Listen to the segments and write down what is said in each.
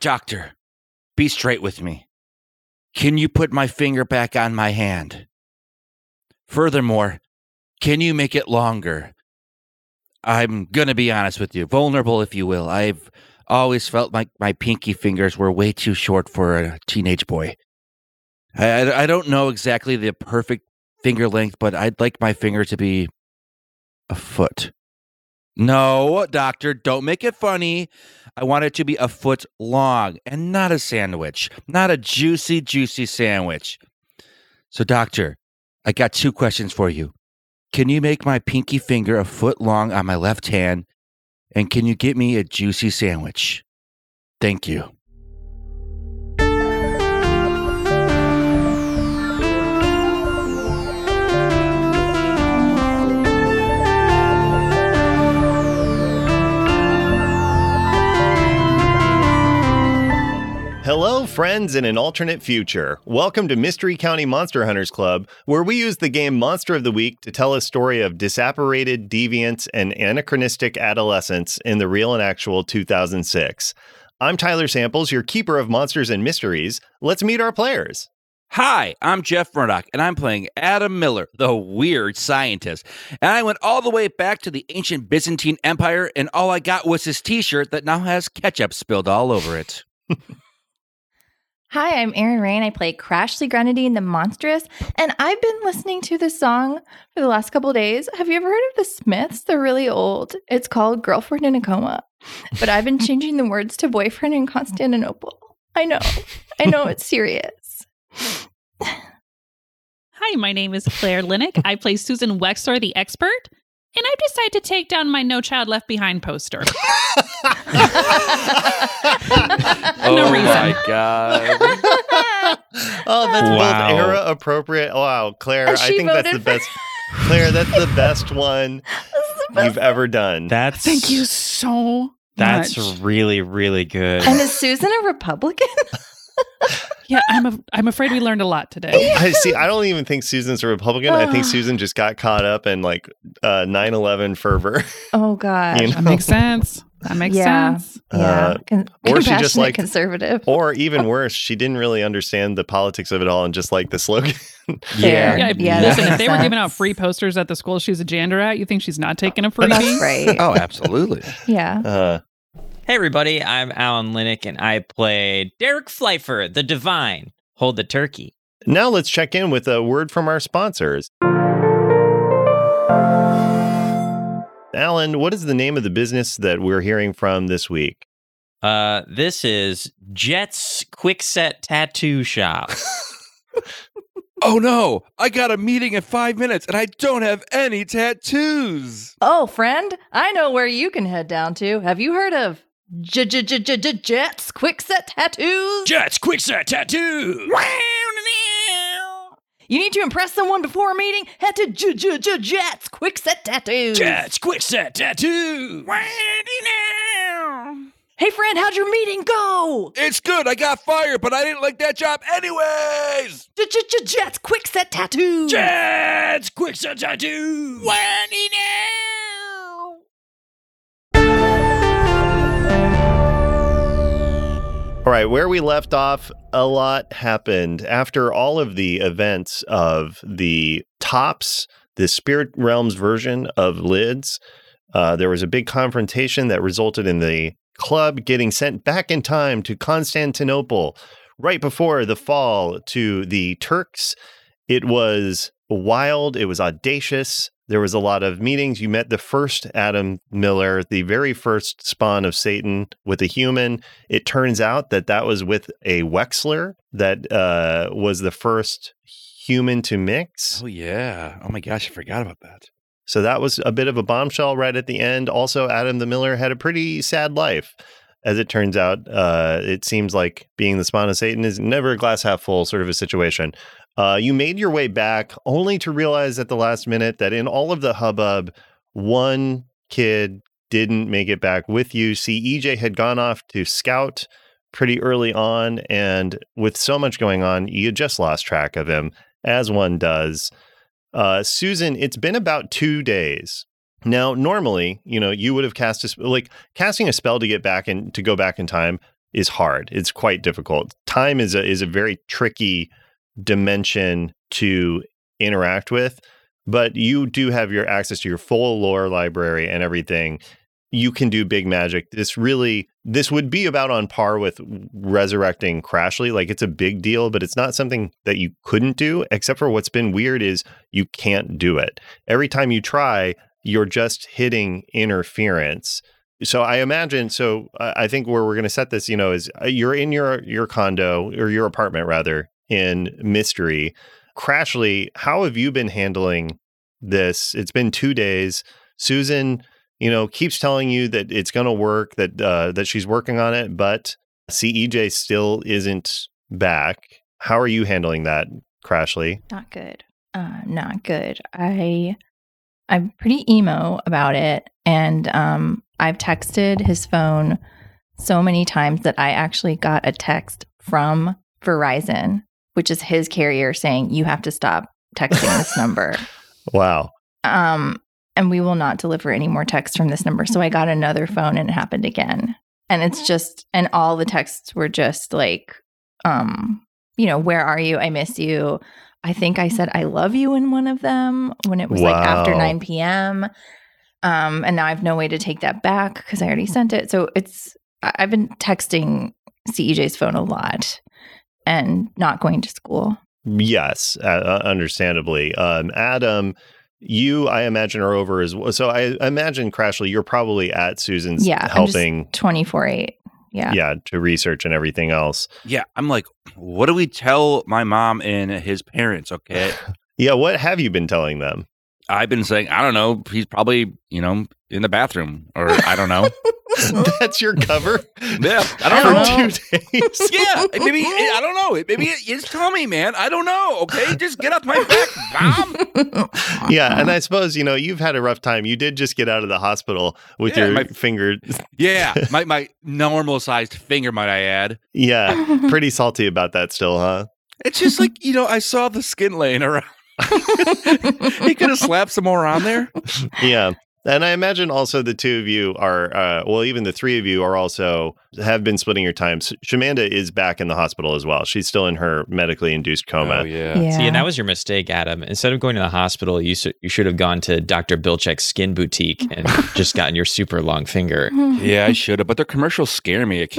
Doctor, be straight with me. Can you put my finger back on my hand? Furthermore, can you make it longer? I'm going to be honest with you, vulnerable, if you will. I've always felt like my pinky fingers were way too short for a teenage boy. I, I- I don't know exactly the perfect finger length, but I'd like my finger to be a foot. No, doctor, don't make it funny. I want it to be a foot long and not a sandwich, not a juicy, juicy sandwich. So, doctor, I got two questions for you. Can you make my pinky finger a foot long on my left hand? And can you get me a juicy sandwich? Thank you. Hello, friends in an alternate future. Welcome to Mystery County Monster Hunters Club, where we use the game Monster of the Week to tell a story of disapparated deviants and anachronistic adolescence in the real and actual 2006. I'm Tyler Samples, your keeper of monsters and mysteries. Let's meet our players. Hi, I'm Jeff Murdoch, and I'm playing Adam Miller, the weird scientist. And I went all the way back to the ancient Byzantine Empire, and all I got was his t shirt that now has ketchup spilled all over it. Hi, I'm Erin Rain. I play Crashly Grenadine the Monstrous, and I've been listening to this song for the last couple days. Have you ever heard of the Smiths? They're really old. It's called Girlfriend in a Coma, but I've been changing the words to Boyfriend in Constantinople. I know. I know it's serious. Hi, my name is Claire Linick. I play Susan Wexler, the expert, and I've decided to take down my No Child Left Behind poster. Oh, No oh reason. my God. Oh, that's Wow. both era appropriate. Wow, Claire, And I she think that's the voted best. Claire, that's the best one you've ever done. That's Thank you so That's much. really really good. and is Susan a Republican? yeah, I'm a, I'm afraid we learned a lot today. I see. I don't even think Susan's a Republican. I think Ugh. Susan just got caught up in like uh, 9/11 fervor, Oh gosh. You know? That makes sense. That makes Yeah. sense. Yeah. Uh, Con- or she just compassionate liked- conservative. or even worse, she didn't really understand the politics of it all and just like the slogan. Yeah. Yeah, Yeah, that listen, if makes they were giving out sense. free posters at the school she's a gender at, you think she's not taking a freebie? That's right. Oh, absolutely. Yeah. Uh, Hey everybody, I'm Alan Linick and I played Derek Pfeiffer, the Divine. Hold the turkey. now let's check in with a word from our sponsors. Alan, what is the name of the business that we're hearing from this week? Uh, this is Jets Quickset Tattoo Shop. Oh no, I got a meeting in five minutes, and I don't have any tattoos. Oh, friend, I know where you can head down to. Have you heard of J J J J J- Jets Quickset Tattoos? Jets Quickset Tattoo. You need to impress someone before a meeting? Head to J J J Jets Quickset Tattoos. Quickset Tattoo. Hey, friend, how'd your meeting go? It's good. I got fired, but I didn't like that job anyways. J J J Jets Quickset Tattoos. Jets Quickset Tattoo. All right, where we left off, a lot happened after all of the events of the tops, the spirit realms version of lids. Uh, there was a big confrontation that resulted in the club getting sent back in time to Constantinople right before the fall to the Turks. It was wild, it was audacious. There was a lot of meetings. You met the first Adam Miller, the very first spawn of Satan with a human it turns out that that was with a Wexler that uh, was the first human to mix. Oh yeah. Oh my gosh, I forgot about that. So that was a bit of a bombshell right at the end. Also, Adam the Miller had a pretty sad life. As it turns out, uh, it seems like being the spawn of Satan is never a glass half full sort of a situation. Uh, you made your way back only to realize at the last minute that in all of the hubbub, one kid didn't make it back with you. See, EJ had gone off to scout pretty early on, and with so much going on, you just lost track of him, as one does. Uh, Susan, it's been about two days. Now, normally, you know, you would have cast a sp- like casting a spell to get back and to go back in time is hard. It's quite difficult. Time is a is a very tricky dimension to interact with, but you do have your access to your full lore library and everything. You can do big magic. This really this would be about on par with resurrecting Crashly. Like it's a big deal, but it's not something that you couldn't do except for what's been weird is you can't do it. Every time you try, you're just hitting interference so I imagine. So I I think where we're going to set this, you know, is uh, you're in your your condo or your apartment rather in mystery. Crashly, how have you been handling this? It's been two days. Susan, you know, keeps telling you that it's going to work, that uh, that she's working on it, but CEJ still isn't back. How are you handling that, Crashly? Not good. Uh, not good. I I'm pretty emo about it, and um, I've texted his phone so many times that I actually got a text from Verizon, which is his carrier, saying you have to stop texting this number. Wow. Um, and we will not deliver any more texts from this number. So I got another phone, and it happened again. And it's just, and all the texts were just like, um, you know, where are you? I miss you. I think I said I love you in one of them when it was like after Wow. 9 p.m. Um, and now I have no way to take that back because I already sent it. So it's I- I've been texting CEJ's phone a lot and not going to school. Yes, uh, uh, understandably. Um, Adam, you, I imagine, are over as well. So I imagine, Crashly, you're probably at Susan's Yeah, I'm just- helping, 24 8. Yeah. yeah, to research and everything else. Yeah, I'm like, what do we tell my mom and his parents? Okay. Yeah, what have you been telling them? I've been saying, I don't know. He's probably, you know, in the bathroom or I don't know. That's your cover yeah. I I don't don't know. know. for two days. Yeah, it- maybe it- I don't know. It- Maybe it, it's Tommy, man. I don't know. Okay, just get off my back, mom. yeah, and I suppose you know you've had a rough time. You did just get out of the hospital with Yeah, your my- finger, Yeah, my my normal sized finger, might I add. yeah, pretty salty about that still, huh? It's just like you know, I saw the skin laying around. he could have slapped some more on there. yeah and i imagine also the two of you are uh, well even the three of you are also have been splitting your time S- shamanda is back in the hospital as well she's still in her medically induced coma Oh, yeah. Oh, yeah. See, and that was your mistake, Adam. Instead of going to the hospital, you s- you should have gone to Dr. Bilchek's skin boutique and just gotten your super long finger. Hmm. Yeah, I should have, but their commercials scare me.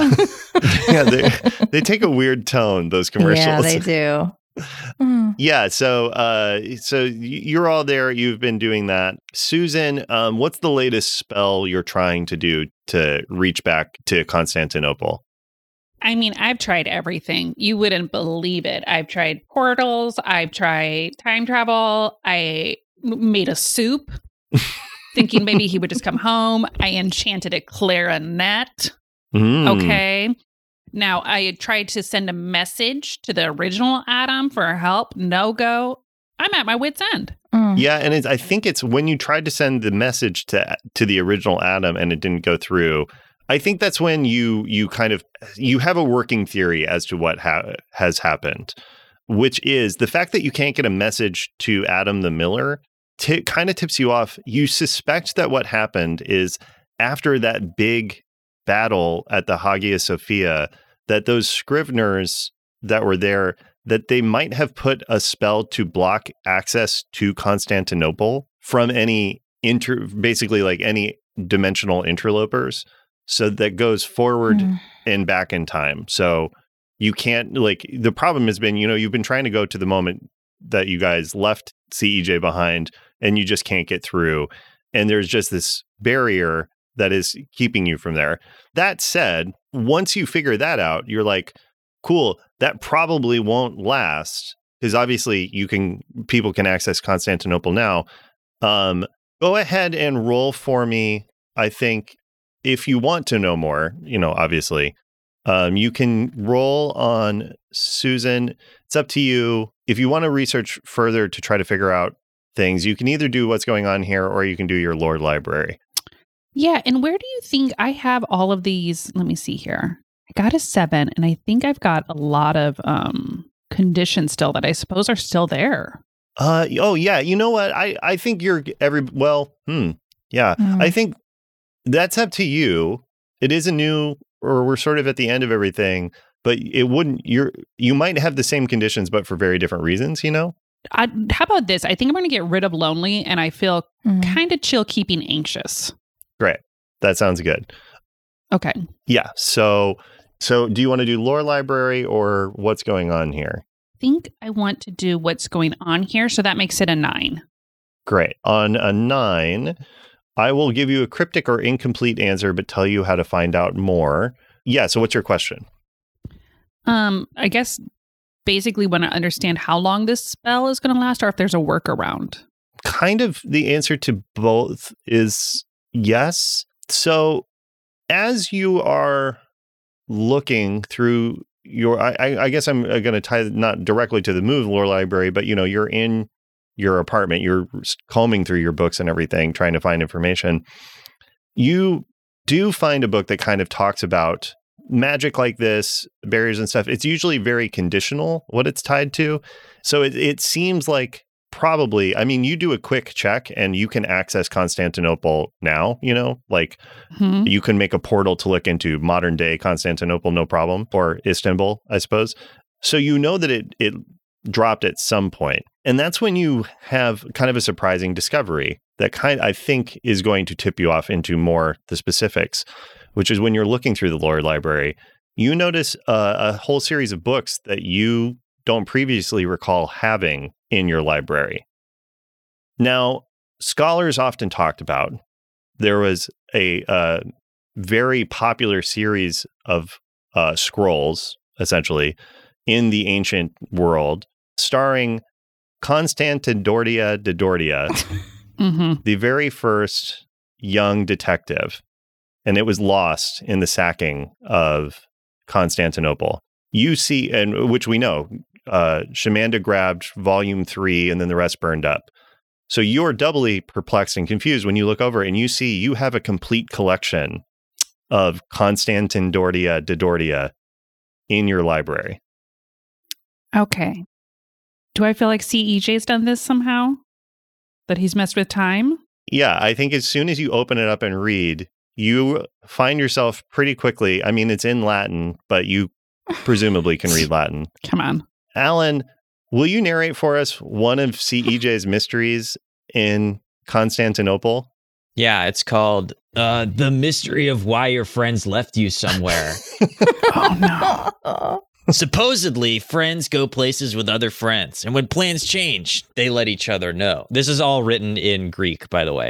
yeah they, they take a weird tone those commercials Yeah, they do. Mm. Yeah, so uh so y- you're all there you've been doing that susan um what's the latest spell you're trying to do to reach back to constantinople I mean, I've tried everything. You wouldn't believe it. I've tried portals, I've tried time travel, I m- made a soup thinking maybe he would just come home. I enchanted a clarinet. Mm. Okay. Now, I had tried to send a message to the original Adam for help. No go. I'm at my wit's end. Mm. Yeah, and it's, I think it's when you tried to send the message to to the original Adam and it didn't go through. I think that's when you you kind of you have a working theory as to what ha- has happened, which is the fact that you can't get a message to Adam the Miller ti kind of tips you off. You suspect that what happened is after that big battle at the Hagia Sophia that those scriveners that were there that they might have put a spell to block access to Constantinople from any inter basically like any dimensional interlopers. So that goes forward Mm. and back in time. So you can't like the problem has been, you know, you've been trying to go to the moment that you guys left CEJ behind and you just can't get through. And there's just this barrier that is keeping you from there. That said, once you figure that out, you're like, cool, that probably won't last because obviously you can people can access Constantinople now. Um go ahead and roll for me. I think if you want to know more, you know, obviously, um, you can roll on Susan. It's up to you. If you want to research further to try to figure out things, you can either do what's going on here or you can do your Lord library. Yeah. And where do you think I have all of these? Let me see here. I got a seven, and I think I've got a lot of um conditions still that I suppose are still there. Uh, oh yeah, you know what? I I think you're every well, hmm, yeah. Mm. I think that's up to you. It is a new or we're sort of at the end of everything, but it wouldn't you're you might have the same conditions but for very different reasons, you know? I, how about this? I think I'm going to get rid of lonely, and I feel Mhm. kind of chill keeping anxious. That sounds good. Okay. Yeah. So so do you want to do lore library or what's going on here? think I want to do what's going on here. So that makes it a nine. Great. On a nine, I will give you a cryptic or incomplete answer, but tell you how to find out more. Yeah. So, what's your question? Um, I guess basically want to understand how long this spell is going to last or if there's a workaround. Kind of the answer to both is yes. So, as you are looking through your, I, I I guess I'm going to tie not directly to the move lore library, but you know, you're in your apartment, you're combing through your books and everything, trying to find information. You do find a book that kind of talks about magic like this, barriers and stuff. It's usually very conditional what it's tied to. So it, it seems like probably, I mean, you do a quick check and you can access Constantinople now, you know, like Hmm. you can make a portal to look into modern day Constantinople, no problem, or Istanbul, I suppose. So you know that it it dropped at some point, and that's when you have kind of a surprising discovery that kind I think is going to tip you off into more the specifics, which is when you're looking through the lore library, you notice uh, a whole series of books that you don't previously recall having in your library. Now, scholars often talked about there was a uh, very popular series of uh, scrolls, essentially, in the ancient world, starring Constantin Dordia de Dordia, hmm the very first young detective. And it was lost in the sacking of Constantinople. You see, and which we know, uh, Shamanda grabbed volume three and then the rest burned up. So you're doubly perplexed and confused when you look over and you see you have a complete collection of Constantin Dordia de Dordia in your library. Okay. Do I feel like CEJ's done this somehow? That he's messed with time? Yeah, I think as soon as you open it up and read, you find yourself pretty quickly. I mean, it's in Latin, but you presumably can read Latin. Come on. Alan, will you narrate for us one of CEJ's mysteries in Constantinople? Yeah, it's called uh, The Mystery of Why Your Friends Left You Somewhere. Oh, no. Supposedly, friends go places with other friends, and when plans change, they let each other know. This is all written in Greek, by the way,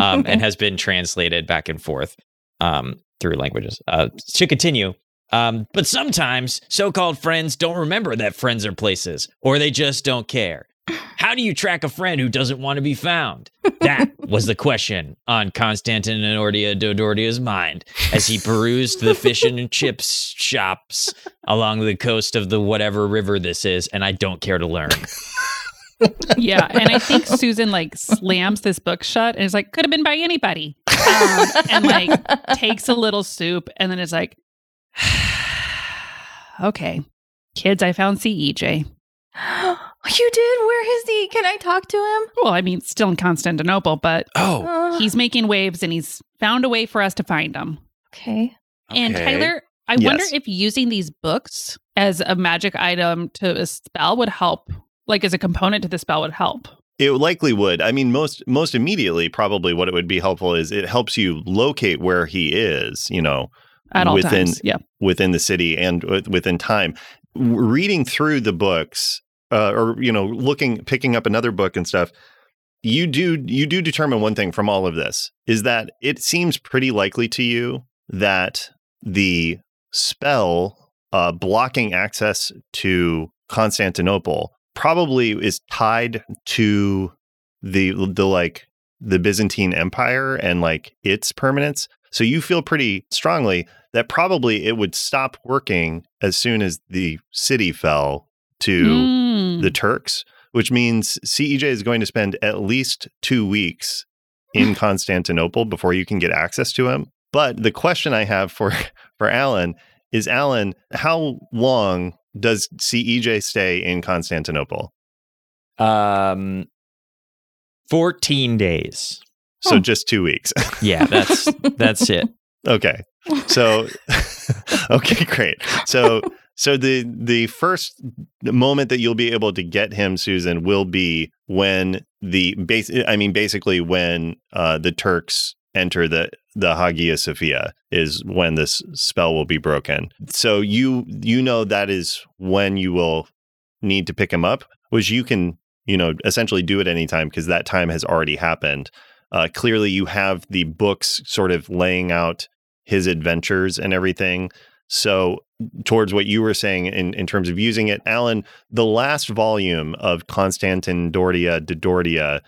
um, and has been translated back and forth um, through languages. Uh, to continue, um, but sometimes so called friends don't remember that friends are places, or they just don't care. How do you track a friend who doesn't want to be found? That was the question on Constantin Nordia Dodordia's mind as he perused the fish and chips shops along the coast of the whatever river this is, and I don't care to learn. Yeah. And I think Susan like slams this book shut and is like, could have been by anybody. Um, and like takes a little soup and then is like, okay, kids, I found E CEJ. you did? Where is he? Can I talk to him? Well, I mean, still in Constantinople, but Oh, Uh, he's making waves and he's found a way for us to find him. okay. And okay. Tyler, I wonder Yes. if using these books as a magic item to a spell would help, like as a component to the spell would help. It likely would. I mean, most most immediately, probably what it would be helpful is it helps you locate where he is. You know, At all Within- times. Yeah. within the city and with- within time. W- Reading through the books, uh, or you know, looking, picking up another book and stuff, you do you do determine one thing from all of this is that it seems pretty likely to you that the spell uh, blocking access to Constantinople probably is tied to the the like the Byzantine Empire and like its permanence. So you feel pretty strongly that probably it would stop working as soon as the city fell to Mm. the Turks, which means CEJ is going to spend at least two weeks in Constantinople before you can get access to him. But the question I have for for Alan is, Alan, how long does CEJ stay in Constantinople? Um, 14 days. So Huh. just two weeks. Yeah, that's that's it. okay, So, okay, great. So, so the the first moment that you'll be able to get him, Susan, will be when the base. I mean, basically when uh, the Turks enter the the Hagia Sophia is when this spell will be broken. So you you know that is when you will need to pick him up, which you can you know essentially do at any time because that time has already happened. Uh, clearly, you have the books sort of laying out his adventures and everything. So, towards what you were saying in, in terms of using it, Alan, the last volume of Constantin Dordia de Dordia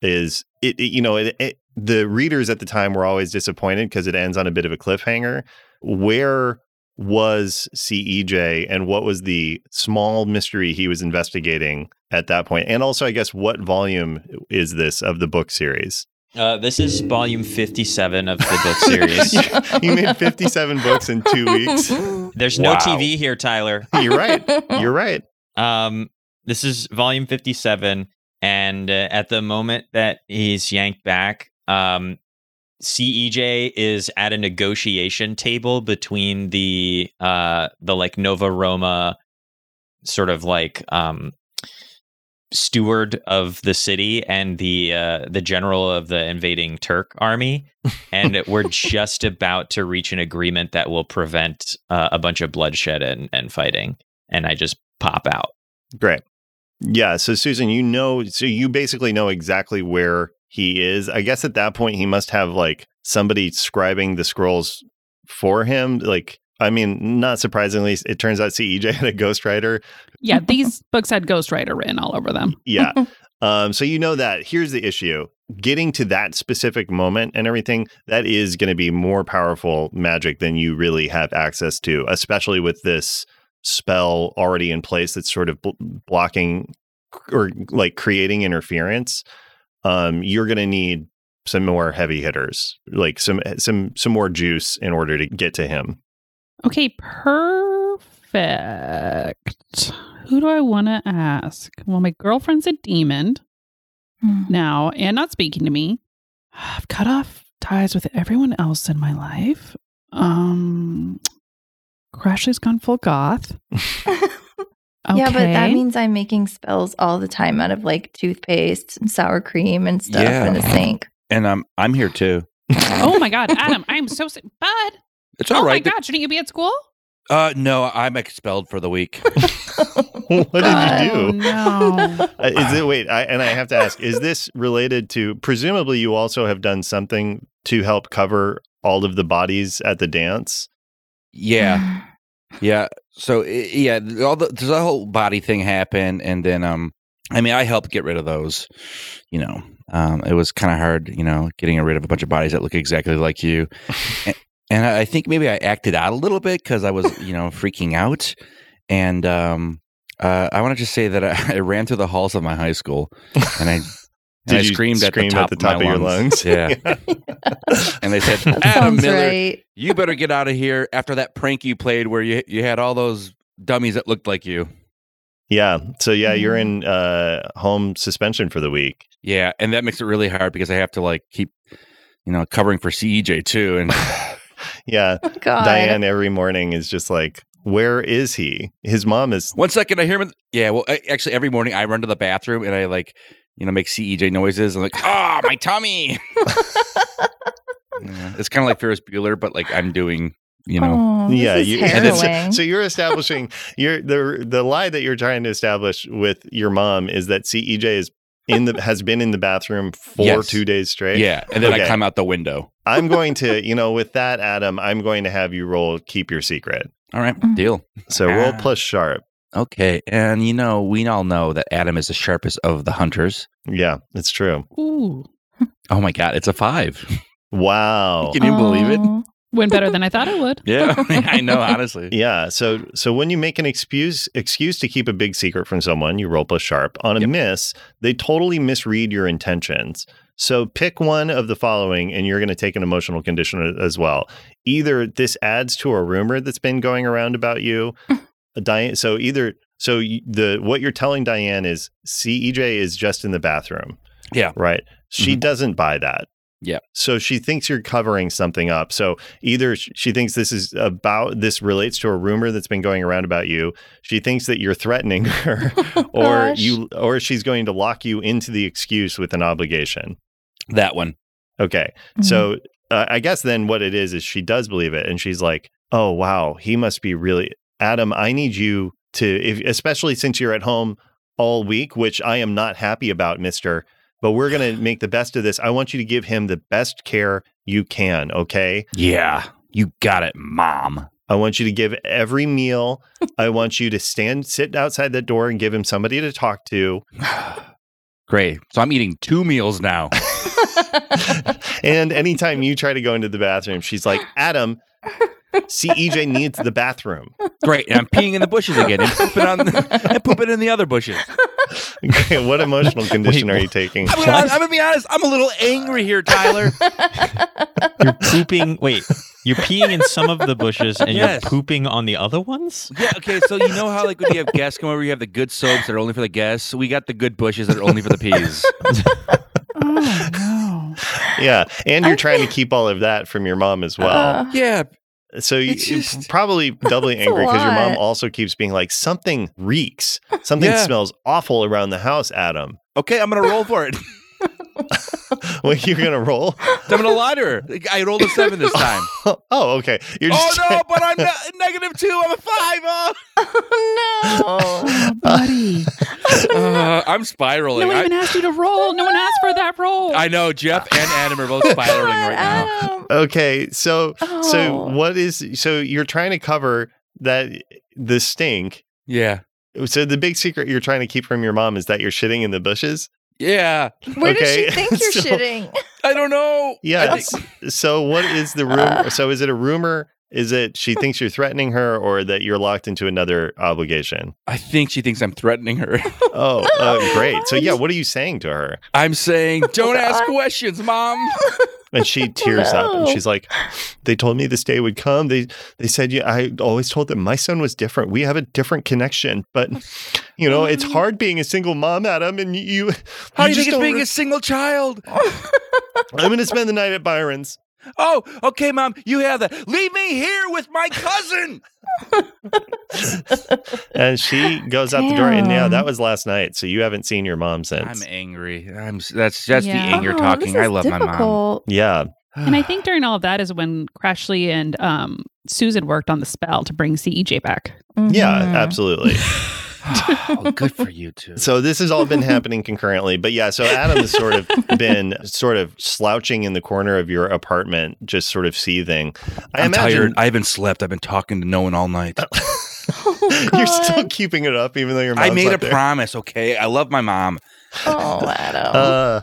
is it, it- you know it, it, the readers at the time were always disappointed because it ends on a bit of a cliffhanger. Where was CEJ and what was the small mystery he was investigating at that point? And also, I guess, what volume is this of the book series? Uh, this is volume 57 of the book series. You made 57 books in two weeks. There's Wow. no TV here, Tyler. You're right. You're right. Um, this is volume 57, and uh, at the moment that he's yanked back, um, CEJ is at a negotiation table between the uh, the like Nova Roma sort of like um steward of the city and the uh the general of the invading Turk army and we're just about to reach an agreement that will prevent uh, a bunch of bloodshed and and fighting and I just pop out Great. Yeah. So, Susan, you know, so you basically know exactly where he is. I guess at that point, he must have like somebody scribing the scrolls for him. Like, I mean, not surprisingly, it turns out CEJ had a ghostwriter. Yeah, these books had Ghostwriter written all over them. Yeah. um, so, you know that. Here's the issue getting to that specific moment and everything, that is going to be more powerful magic than you really have access to, especially with this spell already in place that's sort of bl- blocking or like creating interference um you're going to need some more heavy hitters like some eh, some some more juice in order to get to him Okay, perfect. Who do I want to ask? Well, my girlfriend's a demon Hmm. now and not speaking to me. I've cut off ties with everyone else in my life. Um, Crashly's gone full goth. Okay. Yeah, but that means I'm making spells all the time out of like toothpaste and sour cream and stuff Yeah. in the sink. And I'm I'm here too. Oh my God, Adam, I'm so sick. Bud, It's oh all my right. God, shouldn't you be at school? Uh, no, I'm expelled for the week. what did God. you do Oh, no. Uh, is it wait? I, and I have to ask: Is this related to? Presumably, you also have done something to help cover all of the bodies at the dance. yeah. Yeah. So i- yeah, th- all the there's a whole body thing happened, and then um, I mean, I helped get rid of those. You know, um, it was kind of hard, you know, getting rid of a bunch of bodies that look exactly like you. and, and I I think maybe I acted out a little bit because I was, you know, freaking out. And um, uh, I want to just say that I, I ran through the halls of my high school, and I. Did And I you screamed scream at the top, of, my your lungs? Yeah. And they said, That Adam sounds Miller, right. you better get out of here after that prank you played where you you had all those dummies that looked like you. yeah. So yeah, you're in uh, Mm-hmm. home suspension for the week. Yeah, and that makes it really hard because I have to like keep you know covering for CEJ too and Yeah, Oh, God. Diane every morning is just like, "Where is he? His mom is." one second I hear him in- Yeah, well I, actually every morning I run to the bathroom and I like you know make CEJ noises and like ah my tummy. Yeah, it's kind of like Ferris Bueller but like I'm doing, you know. Oh, this yeah, is you, and it's- harrowing. so you're establishing your the the lie that you're trying to establish with your mom is that CEJ is in the has been in the bathroom for Yes. two days straight. Yeah, and then I Okay. climb out the window. I'm going to, you know, with that, Adam, I'm going to have you roll keep your secret. All right, Mm. deal. So roll Ah. plus sharp. Okay, and you know we all know that Adam is the sharpest of the hunters. Yeah, it's true. Ooh, Oh my god, it's a 5. Wow. Can you believe it? Oh. went better than I thought it would. Yeah, I know. Honestly, Yeah. So so when you make an excuse excuse to keep a big secret from someone, you roll plus sharp. On a Yep. miss, they totally misread your intentions. So pick one of the following and you're going to take an emotional condition a- as well. Either this adds to a rumor that's been going around about you. Diane so either so y- the what you're telling Diane is CEJ is E just in the bathroom. Yeah. Mm-hmm. Right. She doesn't buy that. Yep. So she thinks you're covering something up. So either sh- she thinks this is about this relates to a rumor that's been going around about you. She thinks that you're threatening her or Oh Gosh. you or she's going to lock you into the excuse with an obligation. That one. Okay. Mm-hmm. So uh, I guess then what it is is she does believe it, and she's like, "Oh wow, he must be really Adam. I need you to, if, especially since you're at home all week, which I am not happy about, Mister. But we're gonna make the best of this. I want you to give him the best care you can. Okay. Yeah. You got it, mom. I want you to give every meal. I want you to stand, sit outside that door, and give him somebody to talk to. Great. So I'm eating two meals now. Mm. and anytime you try to go into the bathroom, she's like, Adam, CEJ needs the bathroom. Great. And I'm peeing in the bushes again and pooping, on the, and pooping in the other bushes. Okay, what emotional condition Wait, are you taking? I'm gonna, I'm gonna be honest. I'm a little angry here, Tyler. You're pooping. Wait, you're peeing in some of the bushes and Yes. you're pooping on the other ones? yeah. Okay. So you know how like when you have guests come over, you have the good soaps that are only for the guests. So we got the good bushes that are only for the peas. Oh, no. Yeah, and you're trying to keep all of that from your mom as well. Uh, Yeah. so you, it's you're just- probably doubly That's a angry because your mom lot. also keeps being like, something reeks, something Yeah. smells awful around the house, Adam. Okay. I'm gonna roll for it. Well, you're gonna roll. I'm gonna lie to her. I rolled a seven this time. oh, okay. You're oh just. no! But I'm not, negative two. I'm a five. Oh. oh, no. Oh, buddy. Uh, I'm spiraling. No one I, even asked you to roll. No one asked for that roll. I know Jeff and Adam are both spiraling God, right now. Adam. Okay, so so Oh. what is so you're trying to cover that the stink. Yeah. So the big secret you're trying to keep from your mom is that you're shitting in the bushes. Yeah. Where does she okay, think you're so- shitting? I don't know. Yeah. I s- think- so what is the rumor? so is it a rumor? Is it she thinks you're threatening her, or that you're locked into another obligation? I think she thinks I'm threatening her. Oh, uh, great. So yeah, what are you saying to her? I'm saying, don't ask God. questions, mom. And she tears up, and No. she's like, "They told me this day would come. They they said yeah, I always told them my son was different. We have a different connection, but you know it's hard being a single mom, Adam, and you. Mm. How do you think just it's don't being re- a single child? I'm going to spend the night at Byron's. Oh, okay, mom. You have that. Leave me here with my cousin. And she goes out the door, and yeah, Damn. that was last night. So you haven't seen your mom I'm since. angry. I'm. s- That's that's Yeah. the anger Oh, talking. this I is love my mom. difficult. yeah, and I think during all of that is when Crashly and um, Susan worked on the spell to bring CEJ back. yeah, Mhm. absolutely. oh, good for you two. So this has all been happening concurrently. But yeah, so Adam has sort of been sort of slouching in the corner of your apartment, just sort of seething. I I'm tired. imagine Uh, I haven't slept. I've been talking to no one all night. Oh, you're still God. keeping it up, even though your mom's I made not a there. promise. Okay, I love my mom. Oh, Adam. Uh,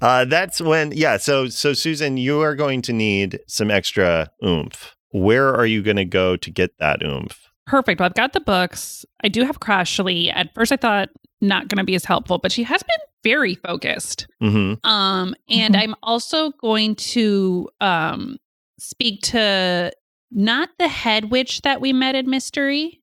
uh, that's when, yeah. So, so Susan, you are going to need some extra oomph. Where are you going to go to get that oomph? Perfect. Well, I've got the books. I do have Crashly. At first, I thought not going to be as helpful, but she has been very focused. hmm Um, and Mhm. I'm also going to um speak to not the head witch that we met in Mystery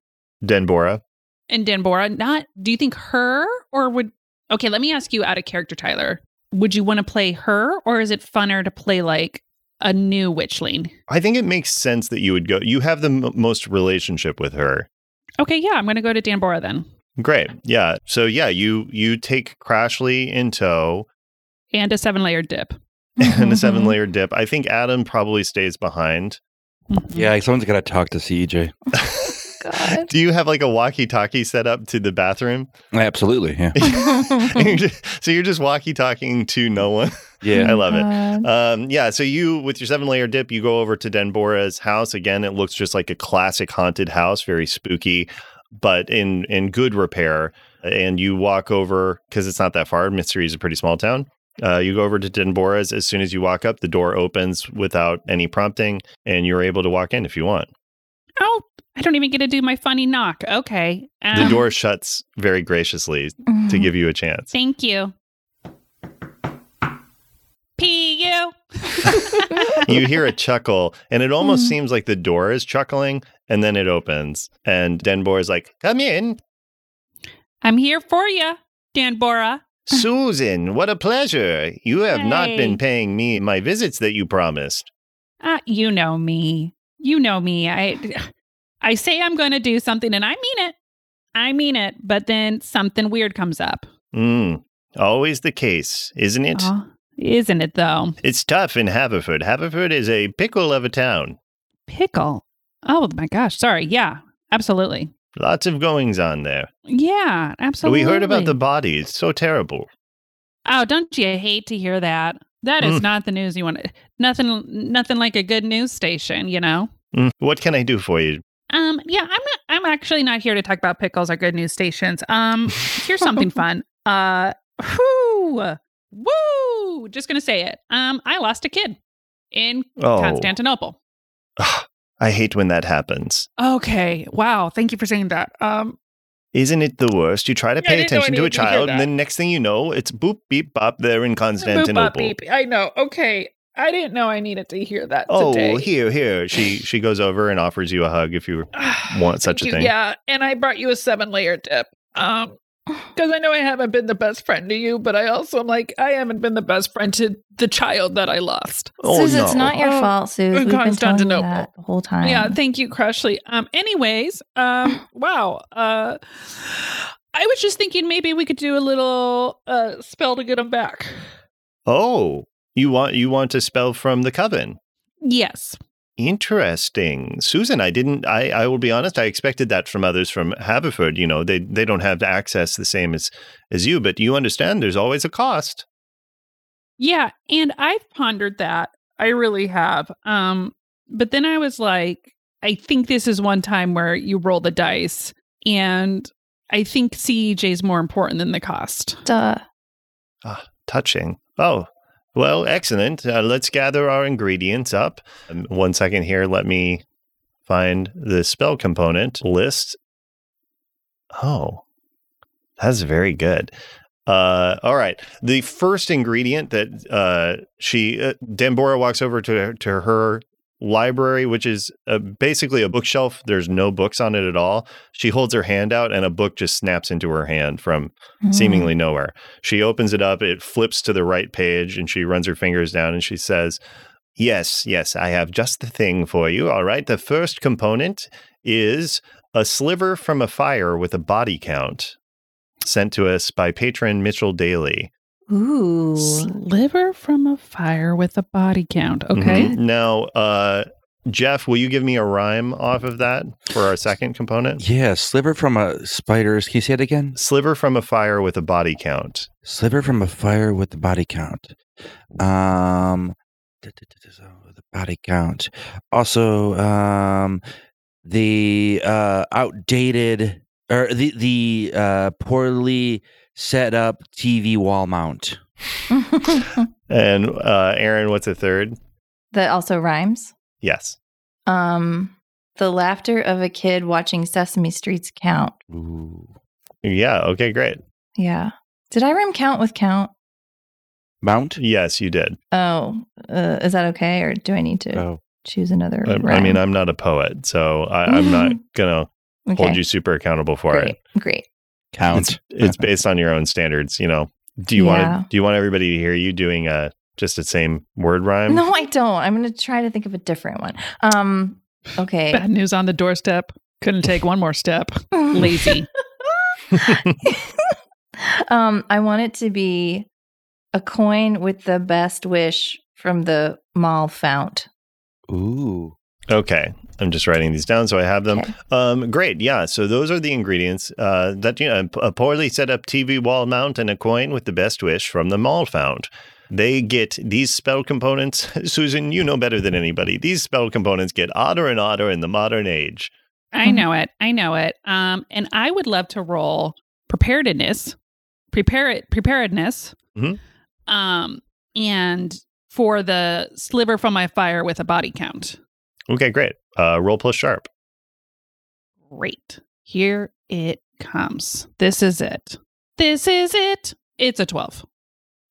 Denbora. in Danbora. Not do you think her or would okay? Let me ask you out of character, Tyler. Would you want to play her, or is it funner to play like a new witchling? I think it makes sense that you would go. You have the m- most relationship with her. Okay, yeah, I'm going to go to Danbora then, Great. Yeah. So yeah, you you take Crashly in tow and a seven layer dip. and a seven Oh, Mm-hmm. layer dip. I think Adam probably stays behind. Mhm. Yeah, someone's gotta talk to E CEJ. God. Do you have like a walkie-talkie set up to the bathroom? Absolutely. Yeah. You're just- so you're just walkie-talking to no one. Yeah. I love it. God. Um, yeah, so you with your seven layer dip, you go over to Denbora's house again. It looks just like a classic haunted house, very spooky, but in in good repair. And you walk over because it's not that far. Mystery is a pretty small town. Uh, you go over to Denbora's. As soon as you walk up, the door opens without any prompting, and you're able to walk in if you want. Oh, I don't even get to do my funny knock. Okay. The um, door shuts very graciously Mm-hmm. to give you a chance. Thank you. P.U. you hear a chuckle, and it almost Mm-hmm. seems like the door is chuckling, and then it opens, and Denbor is like, "Come in." I'm here for you, Dan Bora. Susan, what a pleasure. You have not Yay. been paying me my visits that you promised. Ah, you know me. You know me. I I say I'm going to do something and I mean it. I mean it, but then something weird comes up. Mm, always the case, isn't it? Oh, isn't it though? It's tough in Haverford. Haverford is a pickle of a town. Pickle. Oh my gosh, sorry. Yeah. Absolutely. Lots of goings on there. Yeah, absolutely. We heard about the bodies. So terrible. Oh, don't you hate to hear that? That is Mm. not the news you want. Nothing nothing like a good news station, you know. Mm, what can I do for you? Um, yeah, I'm not. I'm actually not here to talk about pickles or good news stations. Um, here's something fun. Uh, whoo, woo! Just gonna say it. Um, I lost a kid in Oh, Constantinople. I hate when that happens. Okay. Wow. Thank you for saying that. Um, Isn't it the worst? You try to Yeah, I pay didn't know attention to a anything to hear child, and that. then next thing you know, it's boop, beep, bop, they're in Constantinople. E I know. Okay. I didn't know I needed to hear that Oh, here, here. She she goes over and offers you a hug if you want such a thing. Yeah, and I brought you a seven layer dip. Um, because I know I haven't been the best friend to you, but I also am like I haven't been the best friend to the child that I lost. Oh, Suze, Mm-hmm. it's no. not your Oh, fault, Suze. We've been telling you Constantinople. that the whole time. Yeah, thank you, Crashly. Um, anyways, um, wow. Uh, I was just thinking maybe we could do a little uh spell to get him back. Oh, you want you want to spell from the coven? Yes. Interesting, Susan. I didn't. I I will be honest. I expected that from others from Haverford. You know, they they don't have access the same as as you, but you understand. There's always a cost. Yeah, and I've pondered that. I really have. Um, but then I was like, I think this is one time where you roll the dice, and I think CEJ is more important than the cost. Duh. Touching. Oh. Well, excellent. Uh, let's gather our ingredients up. Um, one second here. Let me find the spell component list. Oh, that's very good. Uh, all right. The first ingredient that uh, she, uh, Dambora walks over to her, to her library, which is uh, basically a bookshelf. There's no books on it at all. She holds her hand out, and a book just snaps into her hand from Mm-hmm. seemingly nowhere. She opens it up, it flips to the right page, and she runs her fingers down and she says, Yes, yes, I have just the thing for you. All right. The first component is a sliver from a fire with a body count sent to us by patron Mitchell Daly. Mm. Ooh. Sliver from a fire with a body count. Okay. Mhm. Now, uh, Jeff, will you give me a rhyme off of that for our second component? Yeah, sliver from a spider's. Can you say it again? Sliver from a fire with a body count. Sliver from a fire with the body count. Um, the body count. Also, um, the uh, outdated or the the uh, poorly set up TV wall mount. And uh, Aaron, what's a third? that also rhymes. Yes. Um, the laughter of a kid watching Sesame Street's count. Ooh. Yeah. Okay, great. Yeah. Did I rhyme count with count? Mount. Yes, you did. Oh, uh, is that okay? Or do I need to Oh. choose another? I, I rhyme? mean, I'm not a poet, so I, I'm not gonna okay. hold you super accountable for Great. it. Great. Count. It's it's based on your own standards, you know. Do you Yeah. want to do you want everybody to hear you doing a just the same word rhyme? No, I don't. I'm going to try to think of a different one. Um, okay. Bad news on the doorstep. Couldn't take one more step. Lazy. um, I want it to be a coin with the best wish from the mall fount. Ooh. Okay. I'm just writing these down so I have them. Okay. Um, great. Yeah. So those are the ingredients uh, that you know, a poorly set up TV wall mount and a coin with the best wish from the mall found. They get these spell components. Susan, you know better than anybody. These spell components get odder and odder in the modern age. I know it. I know it. Um, and I would love to roll preparedness, prepare it, preparedness. Mhm. Um, and for the sliver from my fire with a body count. Okay, great. Uh, roll plus sharp. Great. Here it comes. This is it. This is it. It's a 12.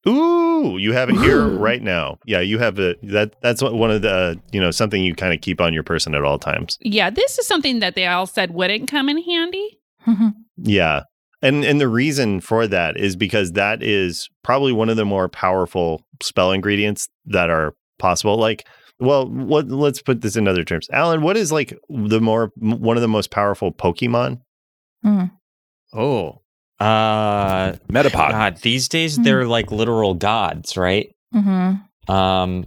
Ooh, you have it here Ooh. right now. Yeah, you have a that. That's what- one of the uh, you know something you kind of keep on your person at all times. Mm-hmm. Yeah, this is something that they all said wouldn't come in handy. Yeah, And and the reason for that is because that is probably one of the more powerful spell ingredients that are possible. Like, well, what let's put this in other terms. Alan, what is like the more m- one of the most powerful Pokemon? Oh. Uh Metapod. God, these days they're like literal gods, right? hmm Um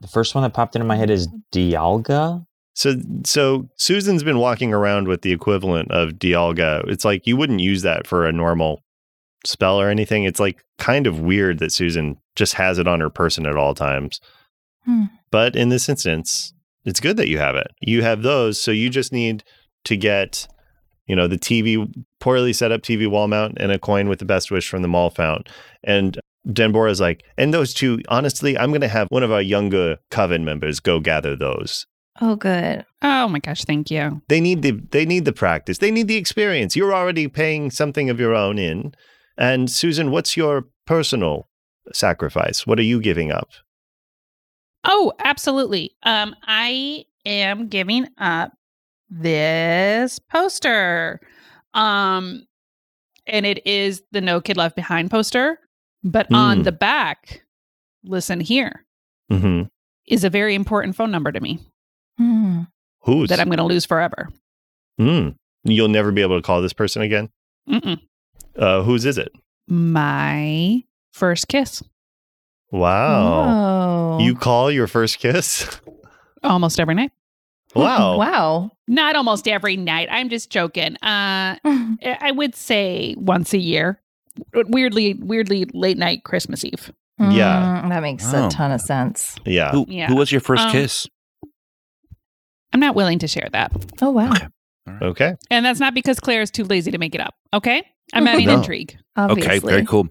the first one that popped into my head is Dialga. So so Susan's been walking around with the equivalent of Dialga. It's like you wouldn't use that for a normal spell or anything. It's like kind of weird that Susan just has it on her person at all times. Hmm. But in this instance, it's good that you have it. You have those, so you just need to get, you know, the TV poorly set up TV wall mount and a coin with the best wish from the mall fount. And Denbora is like, and those two, honestly, I'm gonna have one of our younger coven members go gather those Oh, good. Oh my gosh, thank you. they need the they need the practice they need the experience you're already paying something of your own in and susan what's your personal sacrifice what are you giving up Oh, absolutely. Um, I am giving up this poster. Um, and it is the No Kid Left Behind poster, but on Hmm. the back, listen here, mm-hmm. is a very important phone number to me Mm. who's that I'm going to lose forever. Mm. you'll never be able to call this person again Mm-mm. uh, whose is it My first kiss wow Oh. you call your first kiss almost every night. wow Mm-hmm. Wow. Not almost every night. I'm just joking. Uh, I would say once a year. Weirdly, weirdly late night Christmas Eve. Yeah. Mm, That makes Wow. Oh. a ton of sense. yeah Who, Yeah. who was your first Um, kiss? I'm not willing to share that. Oh, wow. Okay. okay And that's not because Claire is too lazy to make it up. Okay. I'm adding No. intrigue. Obviously. Okay, very cool.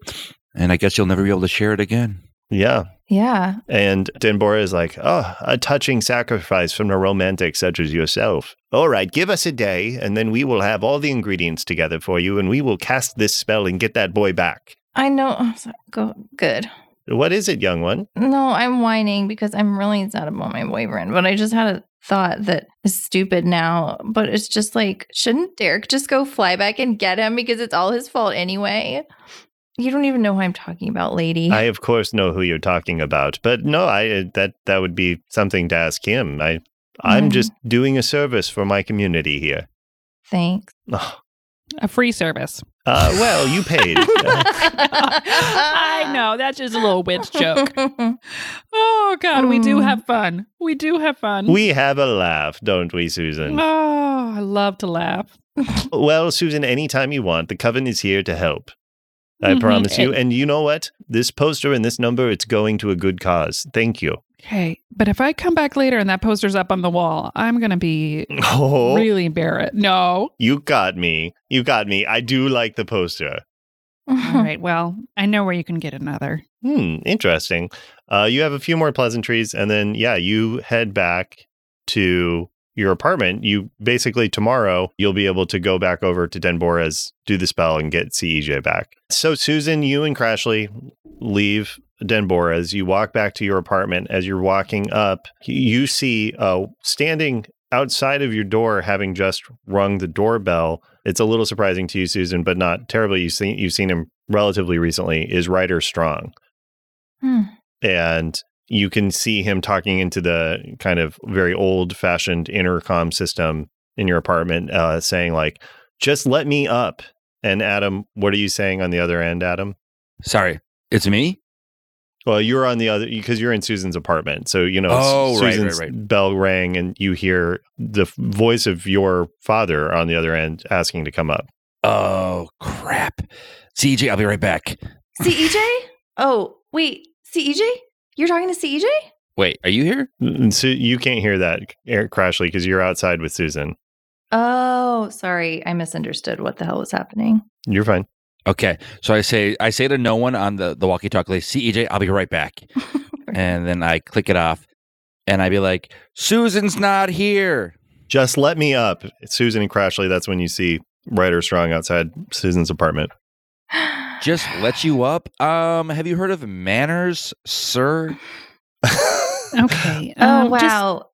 And I guess you'll never be able to share it again. yeah Yeah. and denbora is like oh a touching sacrifice from a romantic such as yourself all right give us a day and then we will have all the ingredients together for you and we will cast this spell and get that boy back I know. I'm sorry. Go good. What is it, young one? No, I'm whining because I'm really sad about my boyfriend, but I just had a thought that is stupid now. But it's just like, shouldn't Derek just go fly back and get him because it's all his fault anyway? You don't even know who I'm talking about, lady. I of course know who you're talking about, but no, I uh, that that would be something to ask him. I I'm Mm. just doing a service for my community here. Thanks. Ugh. A free service. Uh, well, you paid. Uh, I know. That's just a little witch joke. Oh, God. We do Mm. have fun. We do have fun. we have a laugh, don't we, Susan? Oh, I love to laugh. Well, Susan, anytime you want, the coven is here to help. I Mhm. promise you. And you know what? This poster and this number, it's going to a good cause. Thank you. Okay. But if I come back later and that poster's up on the wall, I'm going to be Oh, really embarrassed. No. you got me. You got me. I do like the poster. All right. Well, I know where you can get another. Hmm, interesting. Uh, you have a few more pleasantries, and then yeah, you head back to your apartment. You basically tomorrow you'll be able to go back over to Denbora's, do the spell, and get CEJ back. So Susan, you and Crashly leave Denbora's. You walk back to your apartment. As you're walking up, you see uh, standing outside of your door, having just rung the doorbell. It's a little surprising to you, Susan, but not terribly. You've seen you've seen him relatively recently. Is Ryder Strong? Hmm. and you can see him talking into the kind of very old fashioned intercom system in your apartment, uh, saying, like, just let me up. And Adam, what are you saying on the other end, Adam? Sorry, it's me. Well, you're on the other because you're in Susan's apartment. So, you know, s- Oh, right, right, Susan's right. bell rang and you hear the f- voice of your father on the other end asking to come up. Oh crap, CJ, I'll be right back. CEJ? E Oh, wait. CEJ? You're talking to E CEJ? Wait, are you here? And so you can't hear that, Eric Crashley, because you're outside with Susan. Oh, sorry. I misunderstood what the hell was happening. You're fine. Okay, so I say I say to no one on the the walkie-talkie, like, CEJ, I'll be right back, and then I click it off, and I be like, Susan's not here. Just let me up. Susan and Crashly, that's when you see Ryder Strong outside Susan's apartment. Just let you up. Um, have you heard of manners, sir? Okay. Oh, Um, Just wow.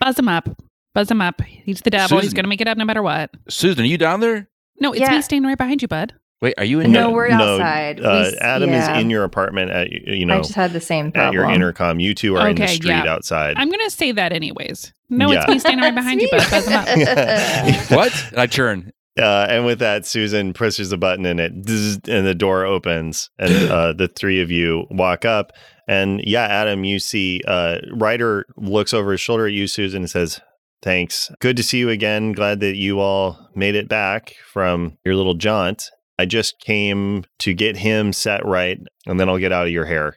buzz him up. Buzz him up. He's the devil. He's Susan. going to make it up no matter what. Susan, are you down there? No, it's Yeah. me standing right behind you, bud. Wait, are you in? No, here? we're outside. We Uh, s- Adam yeah. is in your apartment at you I know just had the same problem. at your intercom. You two are in the Okay, street yeah. outside. I'm gonna say that anyways. No, it's Yeah. me standing right behind you, bud. Buzz him up. Yeah. what? And I turn. Uh, and with that, Susan presses the button and it zzz, and the door opens and uh, the three of you walk up. And yeah, Adam, you see uh, Ryder looks over his shoulder at you, Susan, and says, Thanks. Good to see you again. Glad that you all made it back from your little jaunt. I just came to get him set right and then I'll get out of your hair.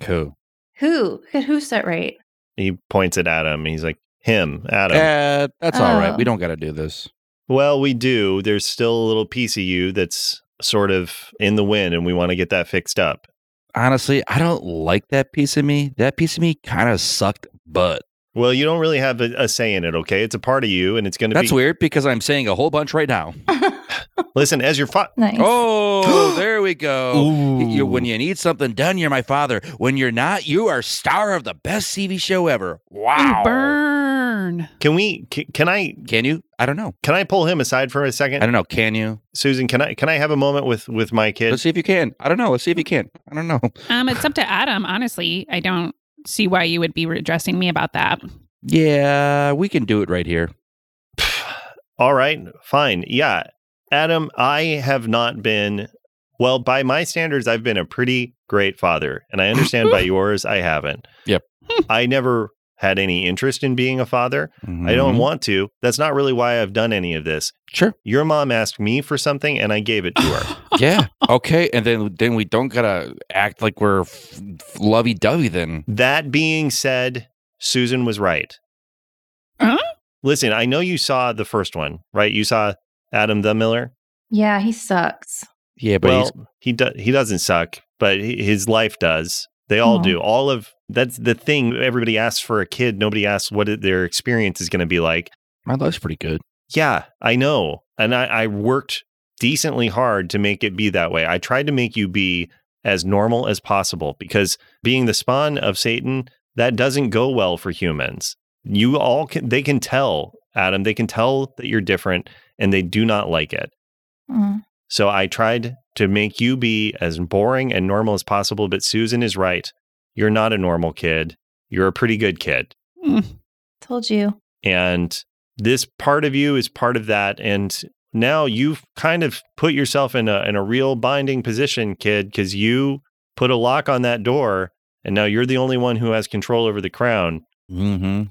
Cool. Who? Who- Who set right? He points at Adam. He's like, Him, Adam. Uh, that's all right. Oh. We don't got to do this. Well, we do. There's still a little piece of you that's sort of in the wind and we want to get that fixed up. Honestly, I don't like that piece of me. That piece of me kind of sucked butt. Well, you don't really have a, a say in it, okay? It's a part of you, and it's going to be. That's weird because I'm saying a whole bunch right now. Listen, as your father. nice. Oh, there we go. Ooh. You- when you need something done, you're my father. When you're not, you are star of the best TV show ever. Wow. Ooh, burn. Can we? Can, can I? Can you? I don't know. Can I pull him aside for a I second, don't know. Can you? Susan? Can I? Can I have a moment with with my Let's kid? see if you can. I don't know. Let's see if you can. I don't know. Um, it's up to Adam. Honestly, I don't see why you would be addressing me about that. Yeah, we can do it right here. All right, fine. Yeah, Adam, I have not been. Well, by my standards, I've been a pretty great father, and I understand by yours, I haven't. Yep. I never had any interest in being a father. I don't Mhm. want to. That's not really why I've done any of this. Sure. Your mom asked me for something, and I gave it to her. Yeah. Okay. And then then we don't gotta act like we're f- f- lovey dovey. Then That being said, Susan was right. Huh? Listen, I know you saw the first one, right? You saw Adam the Miller. Yeah, he sucks. yeah, but he's well, he do- he doesn't suck, but he- his life does. They all Aw. do. All of that's the thing. Everybody asks for a kid. Nobody asks what it- their experience is going to be like. my life's pretty good. Yeah, I know, and I, I worked decently hard to make it be that way. I tried to make you be as normal as possible because being the spawn of Satan, that doesn't go well for humans. You all can, they can tell, Adam, they can tell that you're different and they do not like it. Mm. So I tried to make you be as boring and normal as possible, but Susan is right. You're not a normal kid. You're a pretty good kid. Told you. And this part of you is part of that. And now you've kind of put yourself in a in a real binding position, kid, because you put a lock on that door, and now you're the only one who has control over the crown. Mm-hmm.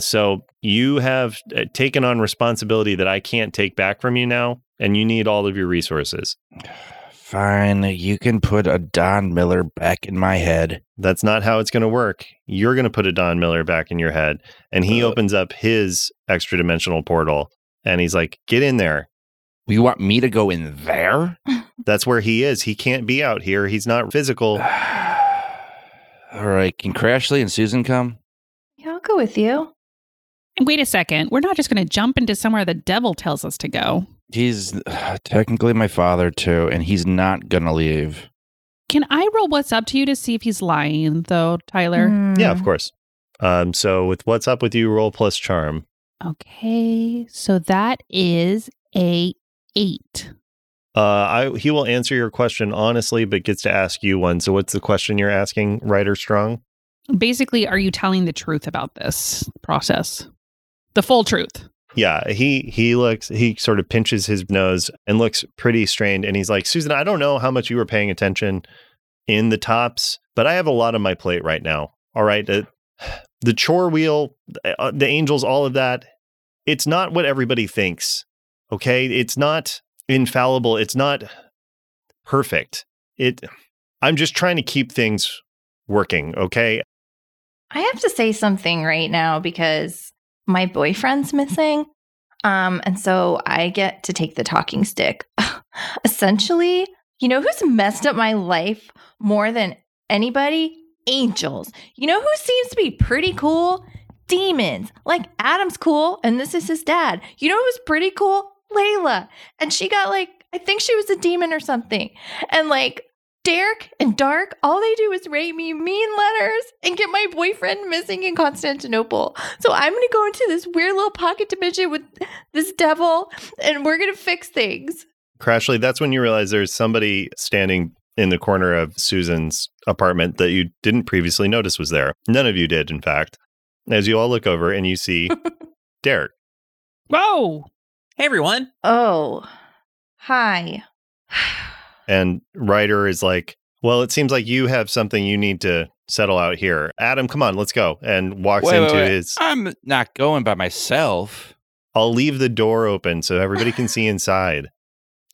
So you have uh, taken on responsibility that I can't take back from you now, and you need all of your resources. Fine. You can put a Don Miller back in my head. That's not how it's going to work. You're going to put a Don Miller back in your head, and he Uh. opens up his extra dimensional portal, and he's like, "Get in there." You want me to go in there? That's where he is. He can't be out here. He's not physical. Uh, All right. Can Crashly and Susan come? Yeah, I'll go with you. And wait a second. We're not just going to jump into somewhere the devil tells us to go. He's technically my father too, and he's not gonna leave. Can I roll what's up to you to see if he's lying, though, Tyler? Hmm. Yeah, of course. Um, so with what's up with you, roll plus charm. Okay. So that is a eight. Uh, I he will answer your question honestly, but gets to ask you one. So what's the question you're asking, Ryder Strong? Basically, are you telling the truth about this process? The full truth. Yeah, he he looks he sort of pinches his nose and looks pretty strained and he's like, "Susan, I don't know how much you were paying attention in the tops, but I have a lot on my plate right now." All right, uh, the chore wheel, uh, the angels, all of that, it's not what everybody thinks. Okay? It's not infallible. It's not perfect. It I'm just trying to keep things working, okay? I have to say something right now because my boyfriend's missing. Um, and so I get to take the talking stick. Essentially, you know who's messed up my life more than anybody? Angels. You know who seems to be pretty cool? Demons. Like Adam's cool, and this is his dad. You know who's pretty cool? Layla. And she got like, I think she was a demon or something. And like, Derek and Dark, all they do is write me mean letters and get my boyfriend missing in Constantinople. So I'm going to go into this weird little pocket dimension with this devil and we're going to fix things. Crashly, that's when you realize there's somebody standing in the corner of Susan's apartment that you didn't previously notice was there. None of you did, in fact. As you all look over and you see Derek. Whoa. Hey, everyone. Oh, hi. And Ryder is like, Well, it seems like you have something you need to settle out here. Adam, come on, let's go. And walks Wait, wait, into wait. his I'm not going by myself. I'll leave the door open so everybody can see inside.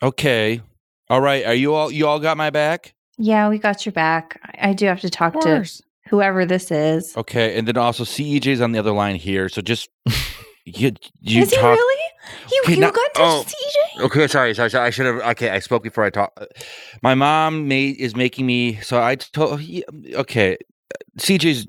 Okay. All right. Are you all you all got my back? Yeah, we got your back. I, I do have to Of talk to course. whoever this is. Okay. And then also CEJ's on the other line here. So just you you is he talk. really? You, Okay, you now- got to oh. CJ? Okay, sorry, sorry, sorry. I should have. Okay, I spoke before I talked. My mom made is making me. So I told. yeah, Okay, CJ's.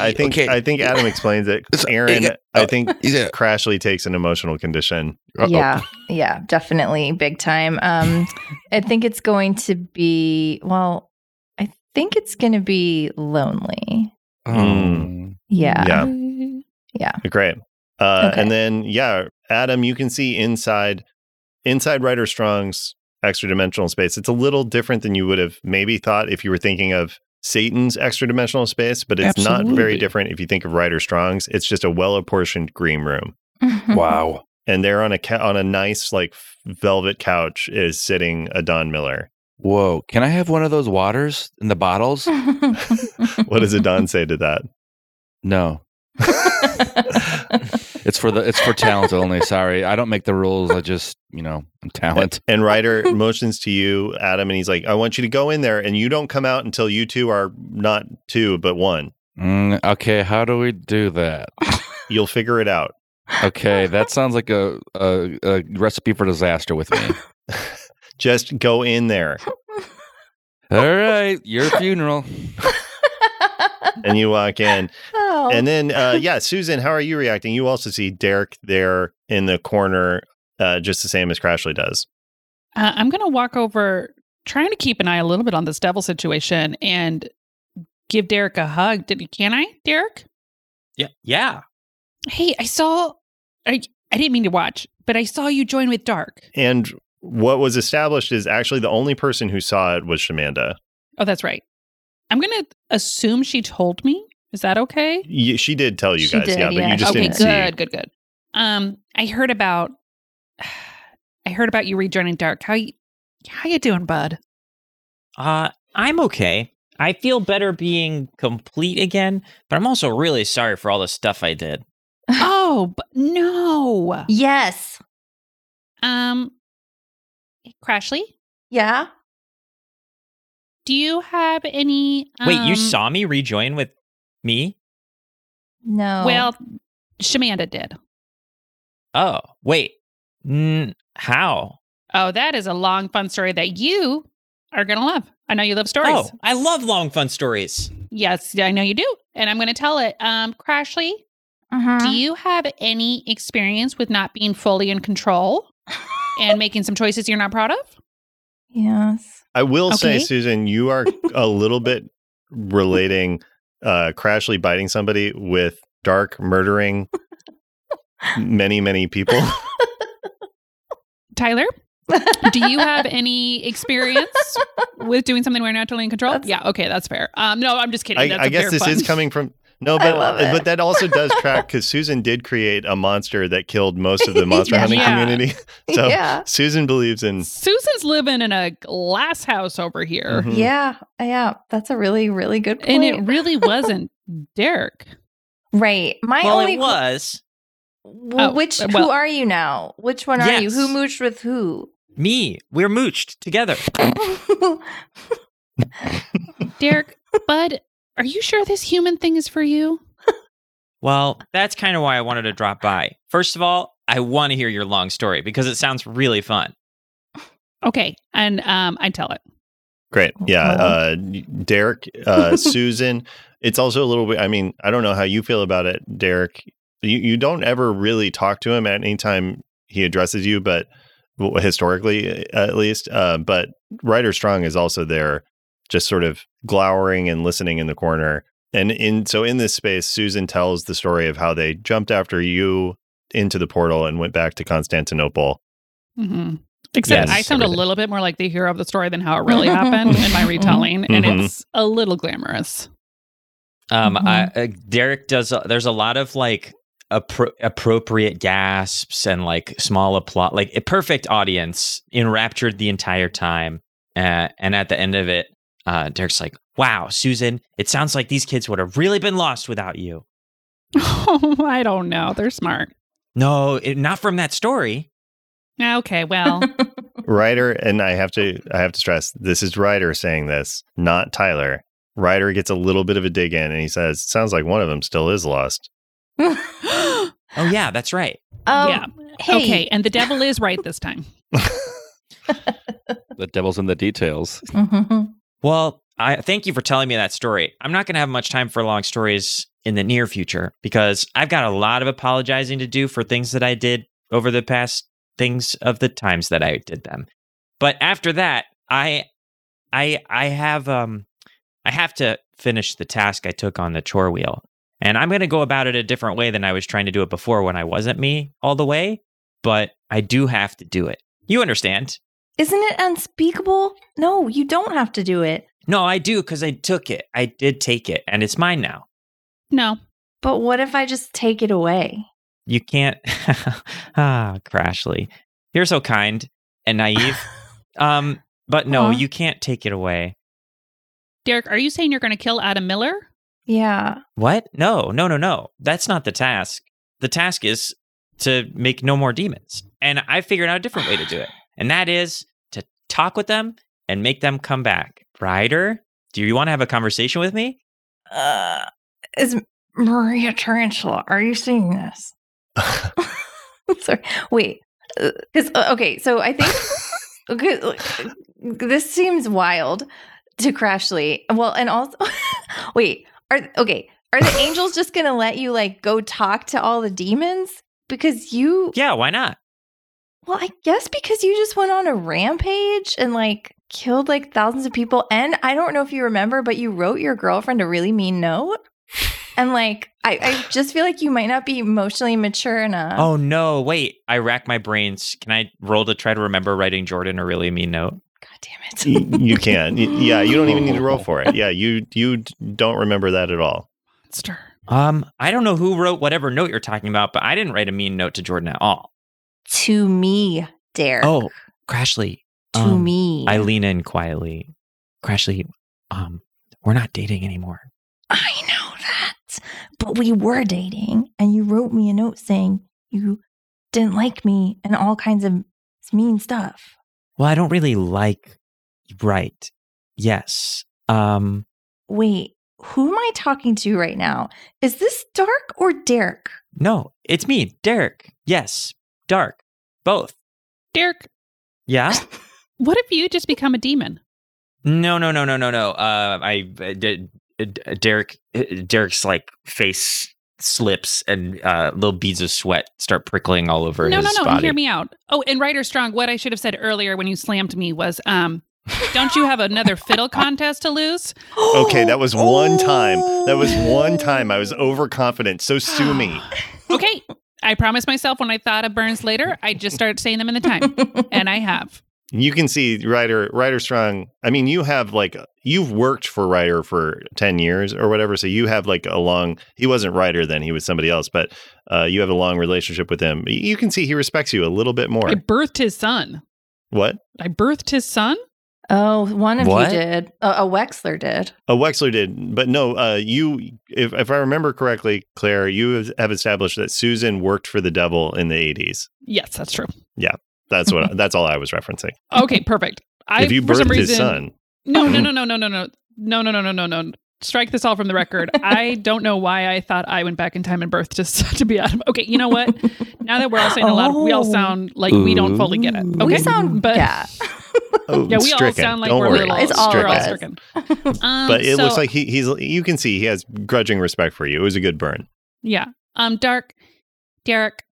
I think Okay. I think Adam explains it. It's- uh, Aaron, it- oh. I think Is it? Crashly takes an emotional condition. Uh-oh. Yeah, yeah, definitely big time. Um, I think it's going to be well. I think it's going to be lonely. um, Mm. Yeah. Yeah. Great. Uh, Okay. And then, yeah, Adam, you can see inside inside Ryder Strong's extra dimensional space. It's a little different than you would have maybe thought if you were thinking of Satan's extra dimensional space, but it's not very Absolutely. different if you think of Ryder Strong's. It's just a well apportioned green room, hmm, Wow. and there on a ca- on a nice like velvet couch is sitting a Don Miller. Whoa. Can I have one of those waters in the bottles? What does a Don say to that? No. It's for the. It's for talent only. Sorry, I don't make the rules. I just you know I'm talent. And Ryder motions to you, Adam, and he's like, "I want you to go in there, and you don't come out until you two are not two but one. Mm, okay. How do we do that? You'll figure it out." Okay, that sounds like a, a, a recipe for disaster with me. Just go in there. All right, your funeral. And you walk in. oh. And then, uh, yeah, Susan, how are you reacting? You also see Derek there in the corner, uh, just the same as Crashly does. Uh, I'm going to walk over, trying to keep an eye a little bit on this devil situation and give Derek a hug. Did, can I, Derek? Yeah. Yeah. Hey, I saw, I, I didn't mean to watch, but I saw you join with Dark. And what was established is actually the only person who saw it was Shamanda. Oh, that's right. I'm going to assume she told me. Is that okay? Y- she did tell you She guys, did, yeah, but yeah, you just she okay, didn't did. good, good, good. Um, I heard about, I heard about you rejoining Dark. How you, how you doing, bud? Uh, I'm okay. I feel better being complete again, but I'm also really sorry for all the stuff I did. oh, but no. yes. Um, Crashly, Yeah. do you have any? Um, Wait, you saw me rejoin with me? No. Well, Shamanda did. Oh, wait. Mm, how? Oh, that is a long, fun story that you are gonna love. I know you love stories. Oh, I love long fun stories. Yes, I know you do, and I'm gonna tell it. Um, Crashly, Uh-huh. Do you have any experience with not being fully in control and making some choices you're not proud of? yes. I will say, Okay. Susan, you are a little bit relating uh, Crashly biting somebody with Dark murdering many, many people. Tyler, do you have any experience with doing something we're not totally in control? That's- yeah, okay, that's fair. Um, no, I'm just kidding. I, That's I a guess fair this pun. is coming from no, I but love it. but that also does track because Susan did create a monster that killed most of the monster Yeah. hunting Yeah. community. So yeah. Susan believes in Susan's living in a glass house over here, Mhm. Yeah. Yeah. That's a really, really good point. and it really wasn't Derek. right. My well, only it was Well, Oh, which who well- are you now? Which one are you? Yes. Who mooched with who? me. We're mooched together. Derek, Bud, are you sure this human thing is for you? Well, that's kind of why I wanted to drop by. First of all, I want to hear your long story because it sounds really fun. Okay, and um, I tell it. great. Yeah, Aw. uh, Derek, uh, Susan. It's also a little bit. I mean, I don't know how you feel about it, Derek. You you don't ever really talk to him at any time he addresses you, but well, historically uh, at least. Uh, but Ryder Strong is also there just sort of glowering and listening in the corner. And in so in this space, Susan tells the story of how they jumped after you into the portal and went back to Constantinople. hmm Except Yes, I sound a everything. little bit more like the hero of the story than how it really happened in my retelling, and Mm-hmm. Mhm. it's a little glamorous. Um, Mhm. I, uh, Derek does. A, there's a lot of like appro- appropriate gasps and like small applause, like a perfect audience enraptured the entire time. Uh, and at the end of it, uh, Derek's like, "Wow, Susan, it sounds like these kids would have really been lost without you." Oh, I don't know. They're smart. No, it, not from that story. Okay, well, Ryder, and I have to I have to stress this is Ryder saying this, not Tyler. Ryder gets a little bit of a dig in and he says, Sounds like one of them still is lost. um, Oh yeah, that's right. yeah. hey. Okay, and the devil is right this time. The devil's in the details. Well, I thank you for telling me that story. I'm not going to have much time for long stories in the near future because I've got a lot of apologizing to do for things that I did over the past things of the times that I did them. But after that, I I I have um I have to finish the task I took on the chore wheel. And I'm going to go about it a different way than I was trying to do it before when I wasn't me all the way, but I do have to do it. You understand? Isn't it unspeakable? No, you don't have to do it. No, I do cuz I took it. I did take it and it's mine now. No, But what if I just take it away? You can't. ah, Crashly. You're so kind and naive. um, but no, Aw. you can't take it away. Derek, are you saying you're going to kill Adam Miller? Yeah. What? No, no, no, no. That's not the task. The task is to make no more demons. And I figured out a different way to do it. And that is to talk with them and make them come back. Ryder, do you want to have a conversation with me? Uh, is Maria Tarantula? Are you seeing this? Sorry. Wait. Because okay, so I think okay, look, this seems wild to Crashly. Well, and also, wait. Are okay? Are the angels just gonna let you like go talk to all the demons? Because you, Yeah, why not? well, I guess because you just went on a rampage and like killed like thousands of people. And I don't know if you remember, but you wrote your girlfriend a really mean note. And like, I, I just feel like you might not be emotionally mature enough. Oh, no. Wait, I rack my brains. Can I roll to try to remember writing Jordan a really mean note? God damn Y- it. you can. Y- Yeah, you don't even need to roll for it. Yeah, you you d- don't remember that at all. Monster. Um, I don't know who wrote whatever note you're talking about, but I didn't write a mean note to Jordan at all. to me, Derek. Oh, Crashly. to um, me. I lean in quietly. Crashly, um, we're not dating anymore. I know that. But we were dating, and you wrote me a note saying you didn't like me and all kinds of mean stuff. Well, I don't really like right. Yes. Um, Wait, who am I talking to right now? Is this Dark or Derek? no, it's me, Derek. Yes. Dark. Both. Derek, Yeah? what if you just become a demon? No, no, no, no, no, no. Uh, I uh, d- uh, d- Derek uh, Derek's like face slips and uh, little beads of sweat start prickling all over no, his no, no. body. Hear me out. Oh, and Ryder Strong, what I should have said earlier when you slammed me was, um, don't you have another fiddle contest to lose? Okay, that was one time. That was Oh. one time. I was overconfident. So sue me. Okay. I promised myself when I thought of Burns later, I just started saying them in the time, and I have. You can see Ryder Ryder Strong. I mean, you have like uh, you've worked for Ryder for ten years or whatever. So you have like a long. He wasn't Ryder then; he was somebody else. But uh, you have a long relationship with him. You can see he respects you a little bit more. I birthed his son. what? I birthed his son. oh, one of What? you did. A, a Wexler did. Oh, Wexler did, but no. Uh, you, if if I remember correctly, Claire, you have established that Susan worked for the devil in the eighties. Yes, that's true. That's what. that's all I was referencing. Okay, perfect. I, if you for some birthed his reason- son, No, no, no, no, no, no, no, no, no, no, no, no, no. Strike this all from the record. I don't know why I thought I went back in time and birthed just to be Adam. Okay, you know what? Now that we're all saying a lot, we all Oh. sound like we don't fully get it. Ooh. Okay, We sound but yeah. oh, yeah, we stricken. all sound like Don't we're worry. little. It's all we're all stricken. stricken. Um, But it so- looks like he, he's. You can see he has grudging respect for you. It was a good burn. yeah. Um, Dark, Derek,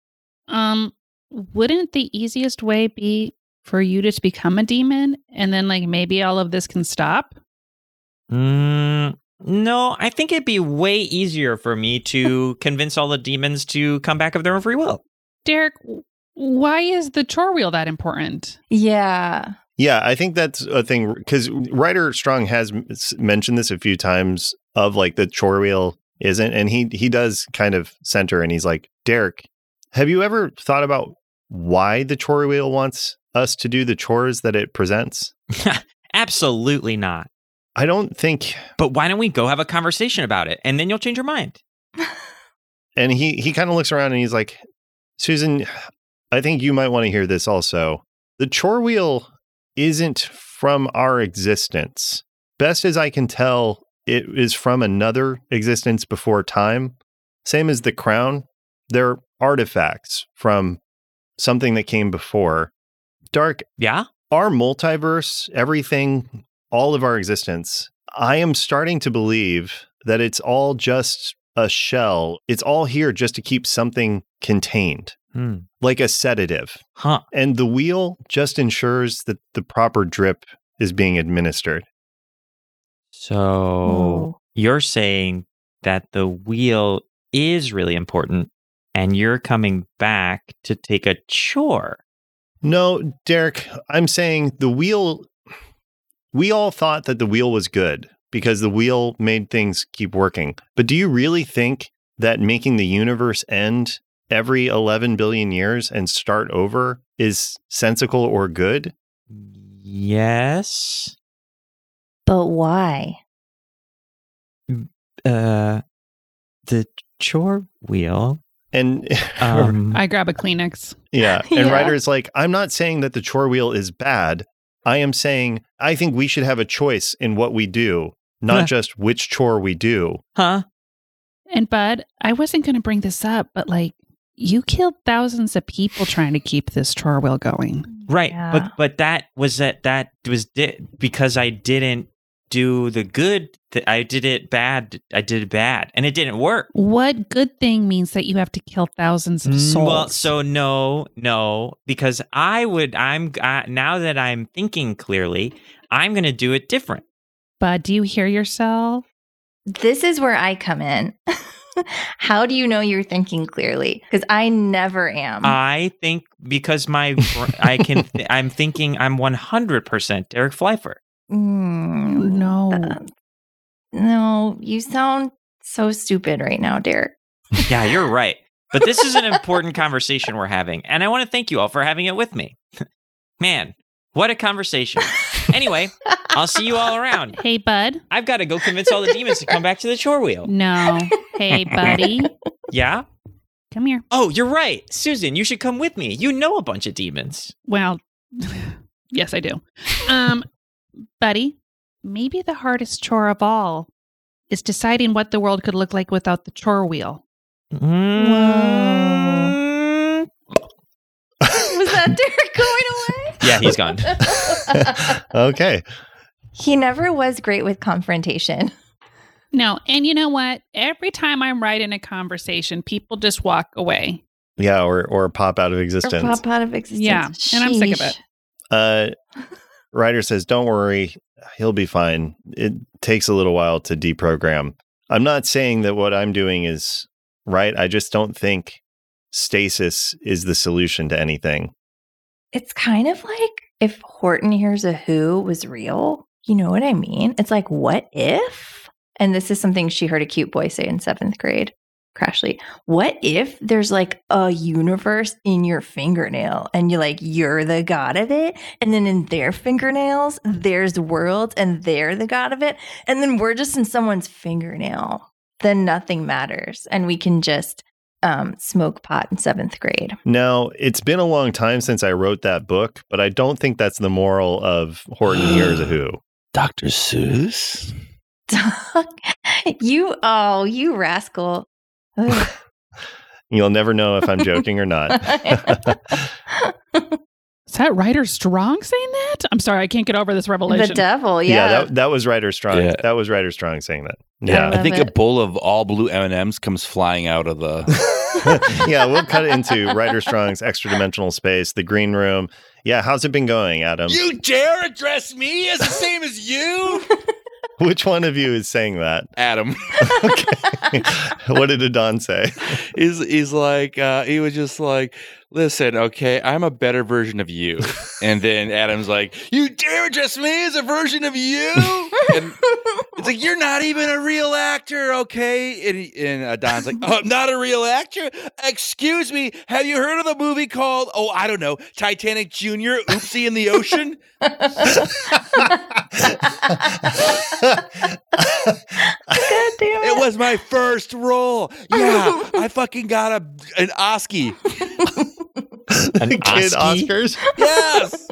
um, wouldn't the easiest way be for you to become a demon and then like maybe all of this can stop? Mm, no, I think it'd be way easier for me to convince all the demons to come back of their own free will. Derek, w- why is the chore wheel that important? Yeah. Yeah, I think that's a thing because writer Strong has m- s- mentioned this a few times of like the chore wheel isn't, and he he does kind of center and he's like, Derek, have you ever thought about why the chore wheel wants us to do the chores that it presents? Absolutely not. I don't think, But why don't we go have a conversation about it and then you'll change your mind? and he he kind of looks around and he's like, Susan, I think you might want to hear this also. The chore wheel isn't from our existence. Best as I can tell, it is from another existence before time. Same as the crown, they're artifacts from something that came before. Dark, Yeah? our multiverse, everything, all of our existence, I am starting to believe that it's all just a shell. It's all here just to keep something contained, Hmm. like a sedative. Huh. And the wheel just ensures that the proper drip is being administered. So Oh, you're saying that the wheel is really important and you're coming back to take a chore. No, Derek, I'm saying the wheel. We all thought that the wheel was good because the wheel made things keep working. But do you really think that making the universe end every 11 billion years and start over is sensical or good? Yes. But why? Uh the chore wheel. And Um I grab a Kleenex. Yeah. And Yeah. writer's like, I'm not saying that the chore wheel is bad. I am saying I think we should have a choice in what we do, Huh. not just which chore we do. huh? And Bud, I wasn't going to bring this up, but like you killed thousands of people trying to keep this chore wheel going. Right. Yeah. But but that was that that was di- because I didn't do the good th- I did it bad. I did it bad and it didn't work. What good thing means that you have to kill thousands of Mm, souls? Well, so no, no, because I would. I'm uh, now that I'm thinking clearly, I'm going to do it different. Bud, do you hear yourself? This is where I come in. How do you know you're thinking clearly? Because I never am. Uh, I think because my br- I can. Th- I'm thinking. I'm 100 percent Derek Pfeiffer. Mm, No. uh, no, you sound so stupid right now, Derek. Yeah, you're right. But this is an important conversation we're having, and I want to thank you all for having it with me. Man, what a conversation! Anyway, I'll see you all around. Hey, Bud. I've got to go convince all the demons to come back to the chore wheel. No. Hey, buddy. Yeah. Come here. Oh, you're right, Susan. You should come with me. You know a bunch of demons. Well, yes, I do. Um, buddy, maybe the hardest chore of all is deciding what the world could look like without the chore wheel. Mm. Was that Derek Yeah, he's gone. going away? okay. he never was great with confrontation. No, and you know what? Every time I'm right in a conversation, people just walk away. Yeah, or or pop out of Or existence. pop out of existence. Yeah, and I'm sick of it. Sheesh. Uh, Ryder says, "Don't worry, he'll be fine. It takes a little while to deprogram. I'm not saying that what I'm doing is right. I just don't think stasis is the solution to anything. It's kind of like if Horton Hears a Who was real. You know what I mean? It's like, what if? And this is something she heard a cute boy say in seventh grade, Crashly. What if there's like a universe in your fingernail and you're like, you're the god of it? And then in their fingernails, there's worlds and they're the god of it. And then we're just in someone's fingernail. Then nothing matters. And we can just um, smoke pot in seventh grade. Now, it's been a long time since I wrote that book, but I don't think that's the moral of Horton Hears a Who. Dr. Seuss? you oh you rascal Ugh. You'll never know if I'm joking or not. Is that writer strong saying that? I'm sorry, I can't get over this the revelation. devil yeah, yeah, that, that was Ryder Strong. Yeah. That was Ryder Strong saying that. Yeah. Yeah. I think Love a it. bowl of all blue M&Ms comes flying out of the yeah, we'll cut into Ryder Strong's extra dimensional space, the green room. Yeah, how's it been going, Adam? You dare address me as the same as you? Which one of you is saying that? Adam Okay. what did Adon say? is is like uh, he was just like, listen, okay, I'm a better version of you, and then Adam's like, you dare address me as a version of you? And it's like you're not even a real actor, okay? And he- and uh, Don's like, oh, I'm not a real actor. Excuse me, have you heard of the movie called Oh, I don't know, Titanic Junior, Oopsie in the Ocean? God damn It it. was my first role. Yeah, I fucking got a an Osky. An Kid Osky? Oscars? Yes.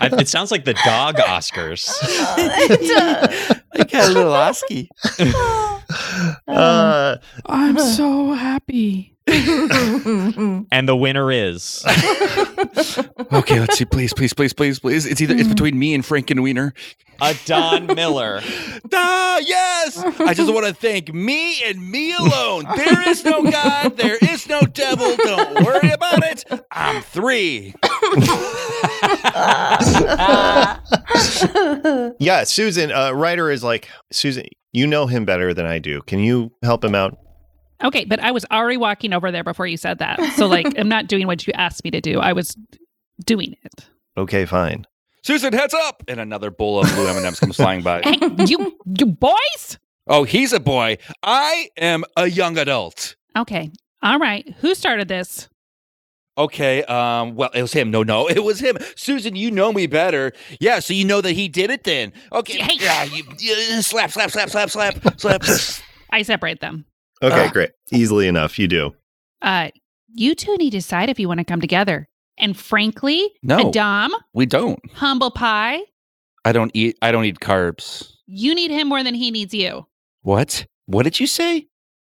I, it sounds like the dog Oscars. I got a little Osky. Uh, I'm so happy. And the winner is. Okay, let's see. Please, please, please, please, please. It's either it's between me and Frank and Wiener. A Don Miller. Ah, yes. I just want to thank me and me alone. There is no God. There is no devil. Don't worry about it. I'm three. Mm-hmm. yeah, Susan, uh, writer is like, Susan, you know him better than I do. Can you help him out? Okay, but I was already walking over there before you said that. So like I'm not doing what you asked me to do. I was doing it. Okay, fine. Susan, heads up! And another bowl of blue M&Ms comes flying by. Hey, you you boys? Oh, he's a boy. I am a young adult. Okay. All right. Who started this? Okay, um, well, it was him. No, no, it was him. Susan, you know me better. Yeah, so you know that he did it then. Okay, Hey. yeah, you, you- slap, slap, slap, slap, slap, slap. I separate them. Okay, Ah. great. Easily enough, you do. Uh you two need to decide if you want to come together. And frankly, No. Adam, We don't. humble pie, I don't eat. I don't eat carbs. you need him more than he needs you. What? What did you say?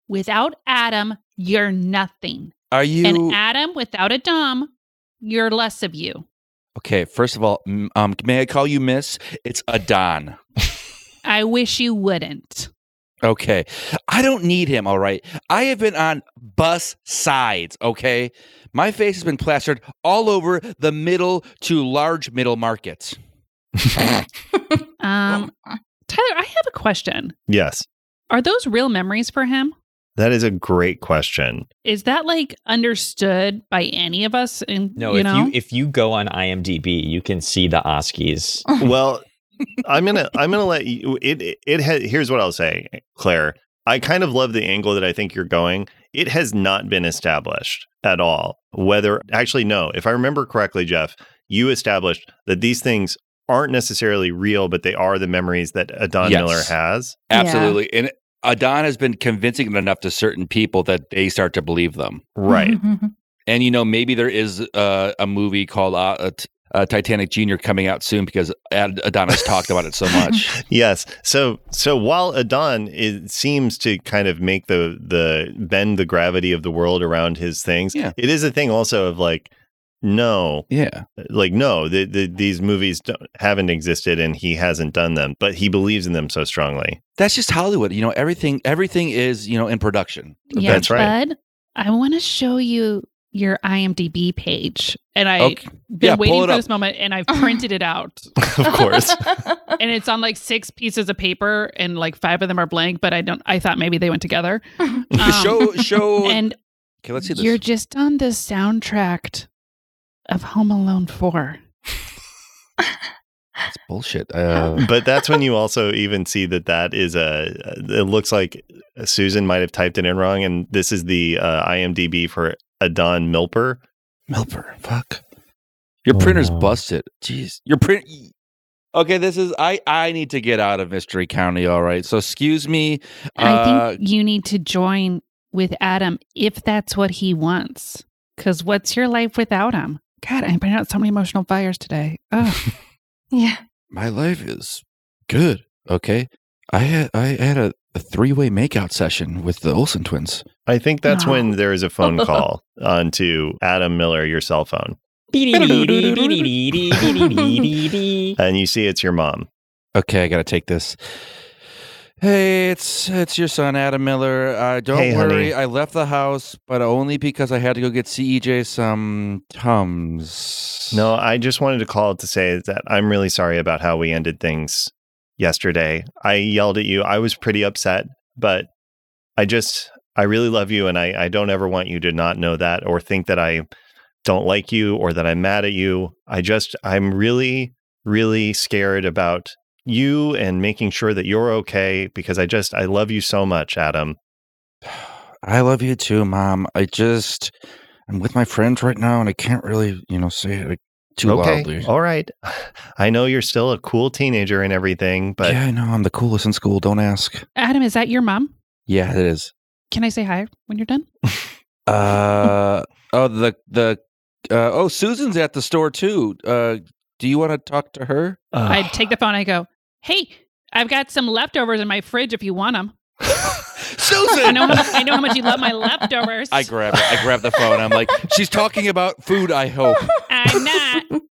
Without Adam, you're nothing. Are you And Adam without a Dom, you're less of you. okay? First of all, m- um, may I call you Miss? It's Adon. I wish you wouldn't. Okay, I don't need him. All right, I have been on bus sides. Okay, my face has been plastered all over the middle to large middle markets. Um, uh Tyler, I have a question. Yes, Are those real memories for him? that is a great question. Is that like understood by any of us? And No, you if know, you if you go on IMDb, you can see the Oskies. well i'm gonna i'm gonna let you it it, it ha, here's what i'll say claire i kind of love the angle that i think you're going it has not been established at all whether actually no if i remember correctly jeff you established that these things aren't necessarily real but they are the memories that adon Yes. miller has Yeah. Absolutely, and Adon has been convincing enough to certain people that they start to believe them. right And you know, maybe there is uh, a movie called uh, uh, T- uh, Titanic Junior coming out soon because Ad- Adonis talked about it so much. yes so so while adon is, seems to kind of make the the bend the gravity of the world around his things Yeah. it is a thing also of like no Yeah, like no the, the, these movies don't, haven't existed and he hasn't done them but he believes in them so strongly that's just Hollywood. You know, everything everything is you know in production. yeah, that's right. Bud, I want to show you your IMDb page, and I. have Okay. Been Yeah, pull waiting it for up. this moment, and I've printed it out, of course and it's on like six pieces of paper, and like five of them are blank. But I don't. I thought maybe they went together. Um, show show. and okay, let's see this. You're just on the soundtrack of Home Alone 4. That's bullshit. Uh, Um, but that's when you also even see that that is a it looks like susan might have typed it in wrong and this is the uh, imdb for adon milper Milper, fuck. Your Oh, printer's no. busted. Jeez, your print. Okay, this is I. I need to get out of Mystery County. All right, so excuse me. I Uh, think you need to join with Adam if that's what he wants. Because what's your life without him? God, I'm putting out so many emotional fires today. Oh, yeah. my life is good. Okay, I had I had a, a three way makeout session with the Olsen twins. i think that's No. when there is a phone call onto adam miller your cell phone and you see it's your mom Okay, I gotta take this. Hey, it's it's your son Adam Miller. Uh, don't Hey, worry, honey. I left the house, but only because I had to go get CEJ some tums. No, I just wanted to call to say that I'm really sorry about how we ended things yesterday. I yelled at you. I was pretty upset, but I just, I really love you. And I, I don't ever want you to not know that or think that I don't like you or that I'm mad at you. I just, I'm really, really scared about you and making sure that you're okay because I just, I love you so much, Adam. I love you too, Mom. I just I'm with my friends right now, and I can't really, you know, say it like, too loudly. All right. I know you're still a cool teenager and everything, but yeah, I know I'm the coolest in school. Don't ask. Adam, is that your mom? Yeah, it is. Can I say hi when you're done? Uh oh, the the uh, oh Susan's at the store too. Uh, do you want to talk to her? Ugh. I take the phone. I go, "Hey, I've got some leftovers in my fridge if you want them. I Susan. know how much, I know how much you love my leftovers. I grab it. I grab the phone. I'm like, she's talking about food. I Oh, hope, I'm not.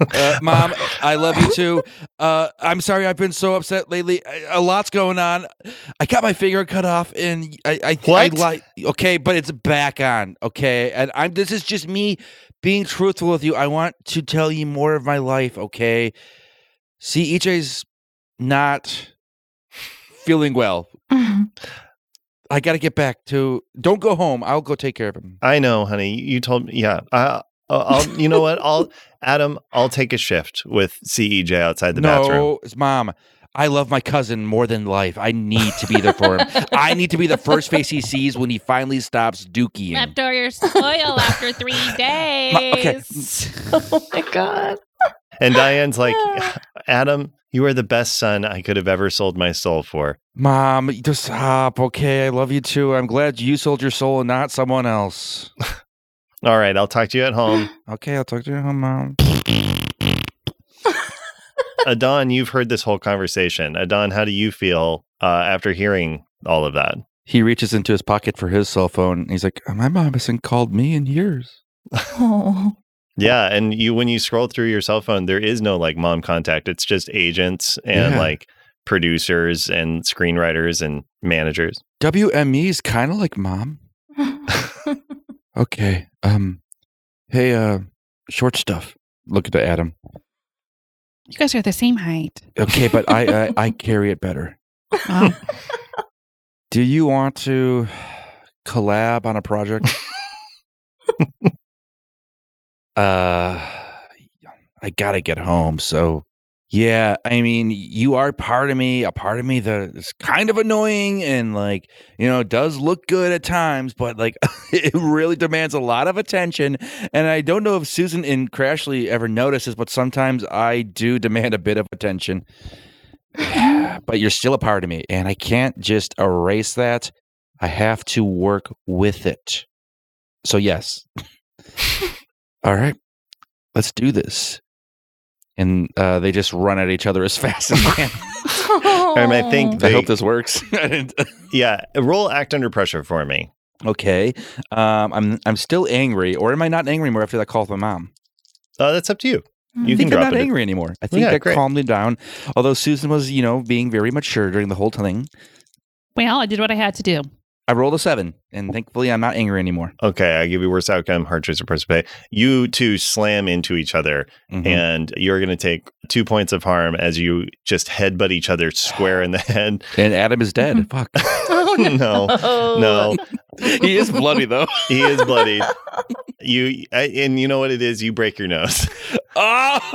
uh, Mom. I love you too. Uh, I'm sorry. I've been so upset lately. I, a lot's going on. I got my finger cut off, and I, I, What? I like. Okay, but it's back on. Okay, and I'm. This is just me being truthful with you. I want to tell you more of my life. Okay. See, EJ's not feeling well. I got to get back to. Don't go home. I'll go take care of him. I know, honey. You told me. Yeah. I, uh, I'll, you know what? I'll, Adam, I'll take a shift with CEJ outside the no, bathroom. it's mom. I love my cousin more than life. I need to be there for him. I need to be the first face he sees when he finally stops dookieing. Leftovers spoil after three days. okay. oh my god. And Diane's like, Adam, you are the best son I could have ever sold my soul for. Mom, just stop. Okay, I love you too. I'm glad you sold your soul and not someone else. All right. I'll talk to you at home. Okay, I'll talk to you, at home, mom. Adon, you've heard this whole conversation. Adon, how do you feel uh, after hearing all of that? He reaches into his pocket for his cell phone. And he's like, "My mom hasn't called me in years." Oh. Yeah, and you when you scroll through your cell phone, there is no like mom contact. It's just agents and Yeah. like producers and screenwriters and managers. WME E is kind of like mom. Okay. Um. Hey, uh, short stuff. Look at the Adam. You guys are the same height. Okay, but I I, I carry it better. Wow. Do you want to collab on a project? uh I got to get home, so yeah, I mean, you are part of me, a part of me that is kind of annoying and like, you know, does look good at times, but like it really demands a lot of attention. And I don't know if Susan in Crashly ever notices, but sometimes I do demand a bit of attention Mm-hmm. but you're still a part of me and I can't just erase that. I have to work with it. So yes. All right. Let's do this. And uh, they just run at each other as fast as they can. And I think I They- hope this works. I didn't- Yeah, roll act under pressure for me. okay. Um, I'm I'm still angry, or am I not angry anymore after that call with my mom? Uh, that's up to you. You I can think I'm drop not it. angry anymore. I think Yeah, that great. calmed me down. Although Susan was, you know, being very mature during the whole thing. well, I did what I had to do. I rolled a seven, and thankfully I'm not angry anymore. Okay, I give you worse outcome, hard choice or price to pay. You two slam into each other, Mhm. and you're going to take two points of harm as you just headbutt each other square in the head. And Adam is dead. Fuck. Oh, no, no, he is bloody though. he is bloody. You I, and you know what it is. You break your nose. Oh, Oh,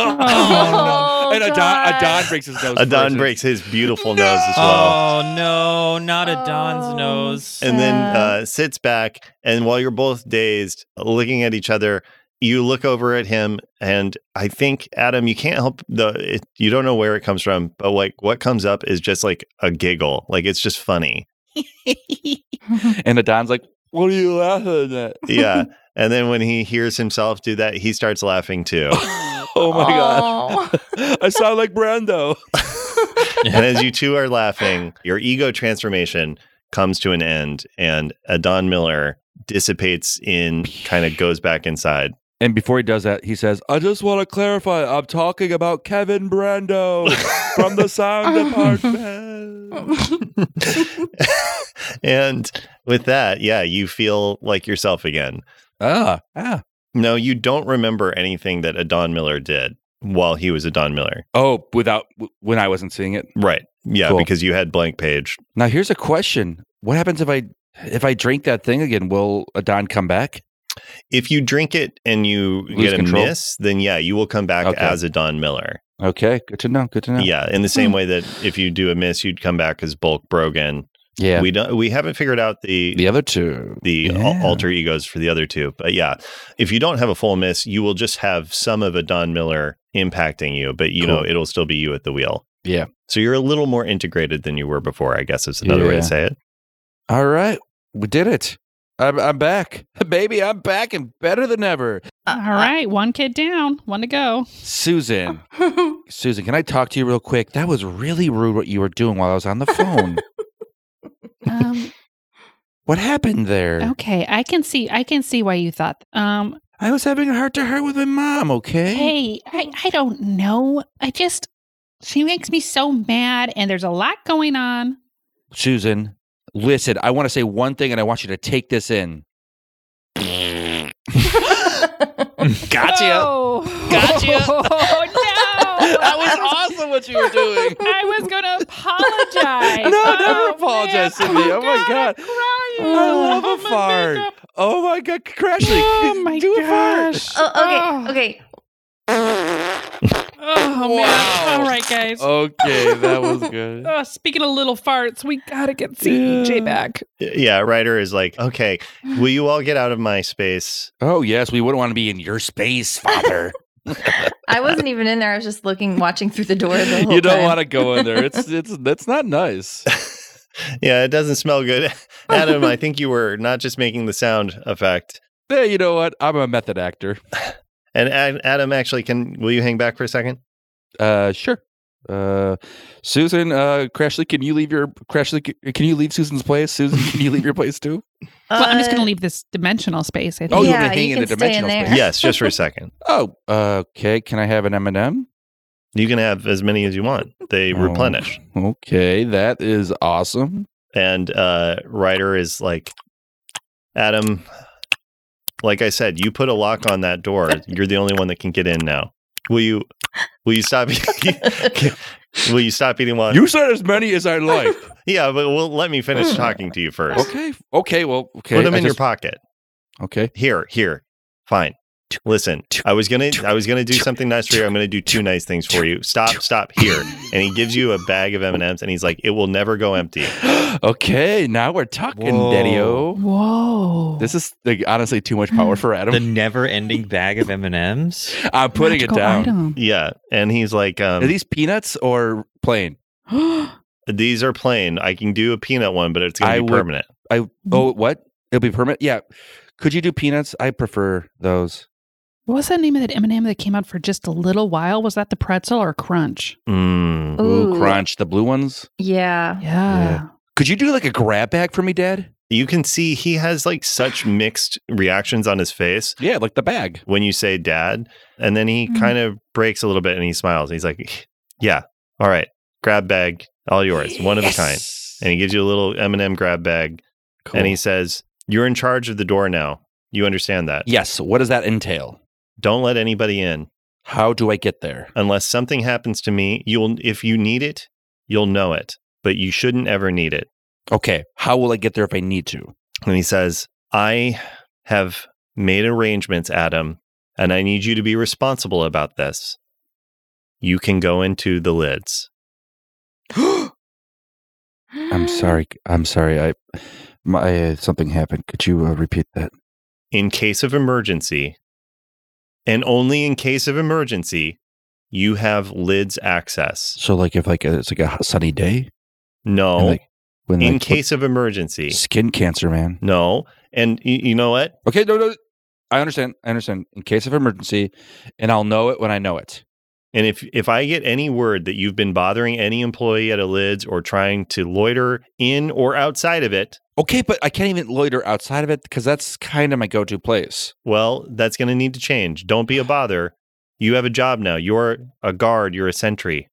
no. And Adon, God. Adon breaks his nose. Adon first. breaks his beautiful No! nose as well. Oh no, not a Don's Oh. nose. and then Uh. uh, sits back. And while you're both dazed, looking at each other, you look over at him, and I think Adam, you can't help the. It, you don't know where it comes from, but like what comes up is just like a giggle, like it's just funny. And Adon's like, "What are you laughing at?" Yeah. and then when he hears himself do that, he starts laughing too. Oh my god. god, I sound like Brando. and as you two are laughing, your ego transformation comes to an end, and Adon Miller dissipates in, kind of goes back inside. And before he does that, he says, "I just want to clarify. I'm talking about Kevin Brando from the sound Oh. department." and with that, yeah, you feel like yourself again. ah, ah. No, you don't remember anything that Adon Miller did. while he was a Don Miller. Oh, without w- when I wasn't seeing it. Right. Yeah, Cool. because you had blank page. Now here's a question: What happens if I if I drink that thing again? Will Adon come back? If you drink it and you Lose get a control? miss, then yeah, you will come back Okay. as a Don Miller. Okay, good to know. Good to know. Yeah, in the Hmm. same way that if you do a miss, you'd come back as Bulk Brogan. yeah. We don't. We haven't figured out the the other two. the al- Yeah. alter egos for the other two. But yeah, if you don't have a full miss, you will just have some of a Don Miller impacting you, but you know, Cool. it'll still be you at the wheel. Yeah. So you're a little more integrated than you were before, I guess is another way Yeah. to say it. All right, we did it. I'm, I'm back, baby. I'm back and better than ever. All right, one kid down, one to go. Susan, right. Susan, can I talk to you real quick? That was really rude what you were doing while I was on the phone. Um, what happened there? okay, I can see. I can see why you thought. Um, I was having a heart to heart with my mom. Okay. hey, I, I don't know. I just she makes me so mad, and there's a lot going on. Susan, listen, I want to say one thing and I want you to take this in. Gotcha. Oh. Gotcha. Oh, no. that was awesome what you were doing. I was going to apologize. No, Oh, never apologize, man. Cindy. Oh, my God. God. I'm crying. I love a Oh, my fart. makeup. Oh my God, Crashly. Oh my do gosh. a fart. oh, okay. Okay. Oh, Wow. man. All right, guys. Oh. Okay, that was good. speaking of little farts, we gotta get CJ Yeah. back. Yeah, Ryder is like, okay, will you all get out of my space? Oh, yes, we wouldn't want to be in your space, Father. I wasn't even in there. I was just looking, watching through the door. The whole you don't time. want to go in there. It's it's that's not nice. yeah, it doesn't smell good. Adam, I think you were not just making the sound effect. Hey, you know what? I'm a method actor. And Ad- Adam actually can will you hang back for a second? Uh, sure. Uh, Susan, uh, Crashly, can you leave your Crashly? c- Can you leave Susan's place? Susan, can you leave your place too? Well, I'm just Uh, gonna leave this dimensional space. I Oh, think. you yeah, want me to hang you in the can stay in dimensional there. space? Yes, just for a second. Oh, okay. Can I have an M&M? You can have as many as you want. They Oh. replenish. Okay, that is awesome. and uh Ryder is like Adam like I said, you put a lock on that door. You're the only one that can get in now. Will you will you stop will you stop eating while You said as many as I like. Yeah, but well let me finish talking to you first. okay, okay. Well, okay. Put them I in your just- pocket. Okay. Here, here. Fine. Listen, I was gonna I was gonna do something nice for you. I'm gonna do two nice things for you. Stop, stop here. And he gives you a bag of M and M's, and he's like, "It will never go empty." okay, now we're talking, Whoa. Daddy-o. Whoa. This is like honestly too much power for Adam. The never-ending bag of M and M's. I'm putting it Magical down. Yeah, and he's like, um, Are these peanuts or plain? item. These are plain. I can do a peanut one, but it's I going to be would- permanent. I oh what? It'll be permanent. Yeah. Could you do peanuts? I prefer those. What was that name of that M&M that came out for just a little while? Was that the pretzel or crunch? Mm. Ooh, Ooh. crunch the blue ones. Yeah. Yeah. Could you do like a grab bag for me, Dad? You can see he has like such mixed reactions on his face Yeah, like the bag. when you say dad. And then he Mm. kind of breaks a little bit and he smiles. He's like, yeah, all right, grab bag, all yours, one of a kind. And he gives you a little M&M grab bag Cool. and he says, you're in charge of the door now. You understand that. yes. What does that entail? Don't let anybody in How do I get there? unless something happens to me. You'll if you need it, you'll know it, but you shouldn't ever need it. Okay. How will I get there if I need to? and he says, I have made arrangements, Adam, and I need you to be responsible about this. You can go into the lids. I'm sorry. I'm sorry. I my uh, something happened. Could you uh, repeat that? In case of emergency, and only in case of emergency, you have lids access. So like if like uh it's like a hot sunny day. and, No, like, when in like, case of emergency. skin cancer, man. No. And y- you know what? Okay, no, no. I understand. I understand. In case of emergency, and I'll know it when I know it. And if if I get any word that you've been bothering any employee at a lids or trying to loiter in or outside of it, Okay, but I can't even loiter outside of it because that's kind of my go-to place. Well, that's going to need to change. Don't be a bother. You have a job now. You're a guard, you're a sentry.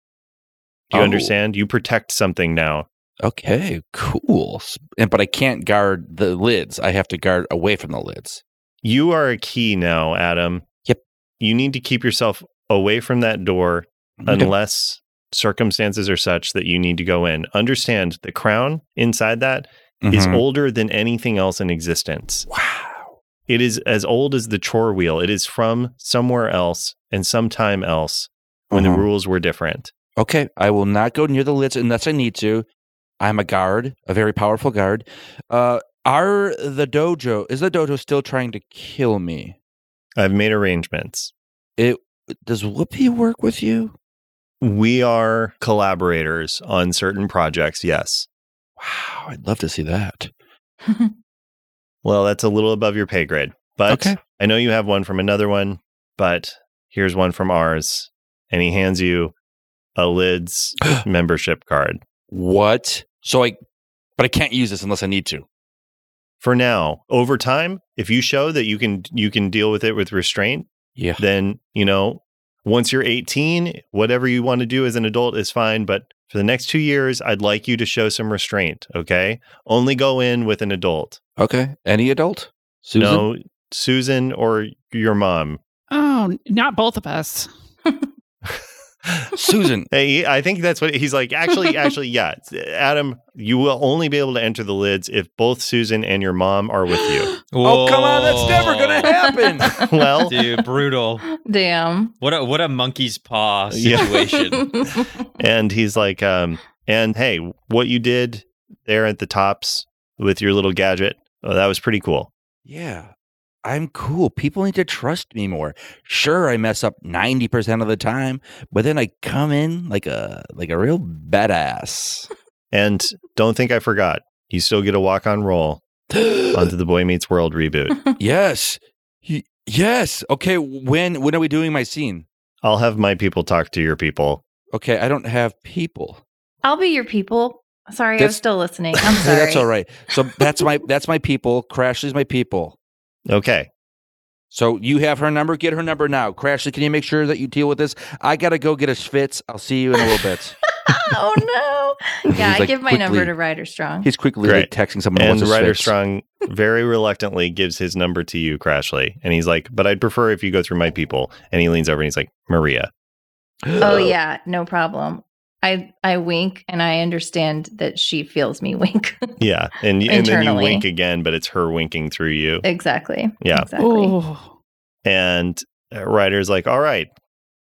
Do you Oh. understand? You protect something now. Okay, cool. S- And but I can't guard the lids. I have to guard away from the lids. You are a key now, Adam. Yep. You need to keep yourself away from that door unless circumstances are such that you need to go in. Understand the crown inside that is Mhm. older than anything else in existence. Wow. It is as old as the chore wheel. It is from somewhere else and sometime else when Mhm. the rules were different. Okay, I will not go near the lids unless I need to. I'm a guard, a very powerful guard. Uh, are the dojo is the dojo still trying to kill me? I've made arrangements. Does Whoopi work with you? We are collaborators on certain projects, yes. Wow, I'd love to see that. Well, that's a little above your pay grade, but Okay. I know you have one from another one, but here's one from ours. And he hands you a LIDS membership card. What? So I, but I can't use this unless I need to. For now, over time, if you show that you can you can deal with it with restraint, Yeah. then, you know, once you're 18, whatever you want to do as an adult is fine, but for the next 2 years, I'd like you to show some restraint, okay? Only go in with an adult. Okay. Any adult? Susan? No, Susan or your mom. Oh, not both of us. Susan. Hey, I think that's what he's like. Actually, actually, yeah. Adam, you will only be able to enter the lids if both Susan and your mom are with you. Oh, come on. That's never going to happen. Well, Dude, brutal. Damn. What a what a monkey's paw Yeah. situation. and he's like, um, and hey, what you did there at the tops with your little gadget, oh, that was pretty cool. Yeah. I'm cool. People need to trust me more. Sure, I mess up 90% of the time, but then I come in like a like a real badass. And don't think I forgot. You still get a walk on roll onto the Boy Meets World reboot. yes. Y- yes. Okay, when when are we doing my scene? I'll have my people talk to your people. Okay, I don't have people. I'll be your people. Sorry, I That's- was still listening. I'm Hey, sorry. that's all right. So that's my that's my people. Crashly's my people. Okay. So you have her number. Get her number now. Crashly, can you make sure that you deal with this? I gotta go get a schwitz. I'll see you in a little bit. oh no. Yeah, He's I like, give my number quickly. to Ryder Strong. He's quickly like, Great. texting someone. who And wants a Ryder schwitz. Strong very reluctantly gives his number to you, Crashly. And he's like, but I'd prefer if you go through my people. And he leans over and he's like, Maria. Oh yeah, no problem. I I wink and I understand that she feels me wink. Yeah. And, y- and then you Internally. wink again, but it's her winking through you. exactly. Yeah. Exactly. Oh. And uh, Ryder's like, all right,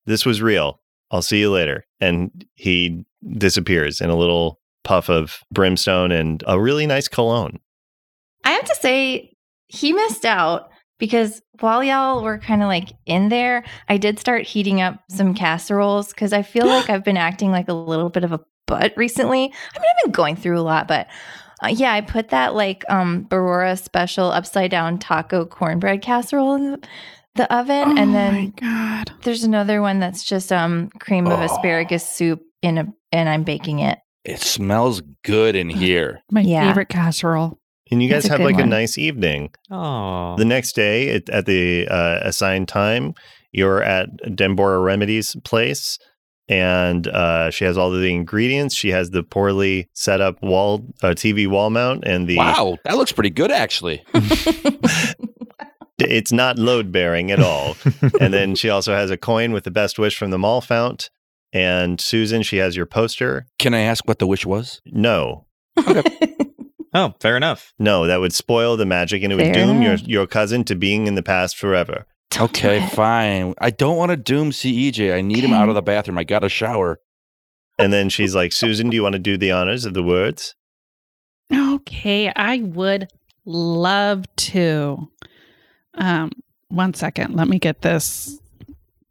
this was real. I'll see you later. And he disappears in a little puff of brimstone and a really nice cologne. I have to say he missed out because while y'all were kind of like in there, I did start heating up some casseroles because I feel like I've been acting like a little bit of a butt recently. I mean, I've been going through a lot, but uh, yeah, I put that like um Barora special upside down taco cornbread casserole in the, the oven, Oh and then Oh my God. There's another one that's just um cream of Oh. asparagus soup in a and I'm baking it. It smells good in here. My Yeah. favorite casserole. And you That's guys a have good like a one. nice evening. Oh. The next day at, at the uh, assigned time, you're at Dembora Remedies' place, and uh, she has all the ingredients. She has the poorly set up wall uh, TV wall mount, and the Wow, that looks pretty good actually. it's not load bearing at all. and then she also has a coin with the best wish from the mall fount. And Susan, she has your poster. Can I ask what the wish was? No, oh, fair enough. no, that would spoil the magic, and it would Fair doom your enough. your cousin to being in the past forever. Don't do Okay, it. fine. I don't want to doom CEJ. I need him Okay. out of the bathroom. I got a shower. And then she's like, Susan, do you want to do the honors of the words? Okay, I would love to. Um, one second, let me get this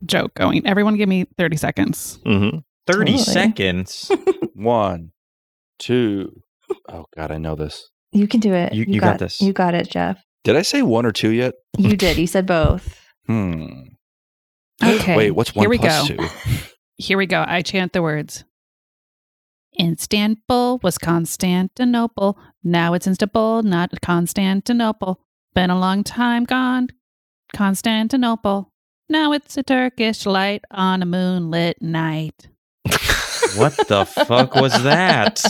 joke going. Everyone, give me thirty seconds. Mm-hmm. 30 Totally. seconds. One, two. Oh God, I know this. You can do it. You- you got this. You got it, Jeff. Did I say one or two yet? You did. You said both. Hmm. Okay, Wait, what's one Here we plus go. two? Here we go. I chant the words. Istanbul was Constantinople. Now it's Istanbul, not Constantinople. Been a long time gone, Constantinople. Now it's a Turkish light on a moonlit night. what the fuck was that?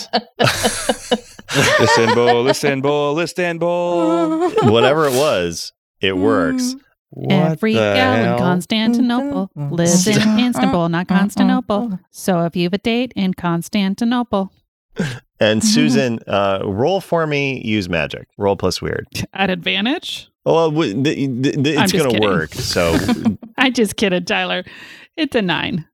Istanbul, Istanbul, Istanbul. Mm. Whatever it was, it works. What Every the gal hell? in Constantinople Mm-mm. lives in Stop. Istanbul, not Constantinople. So if you have a date in Constantinople, Mm-hmm. and Susan, uh, roll for me. Use magic. Roll plus weird. at advantage. Well, w- th- th- th- I'm it's just going to kidding. work. So, I just kidded, Tyler. It's a nine.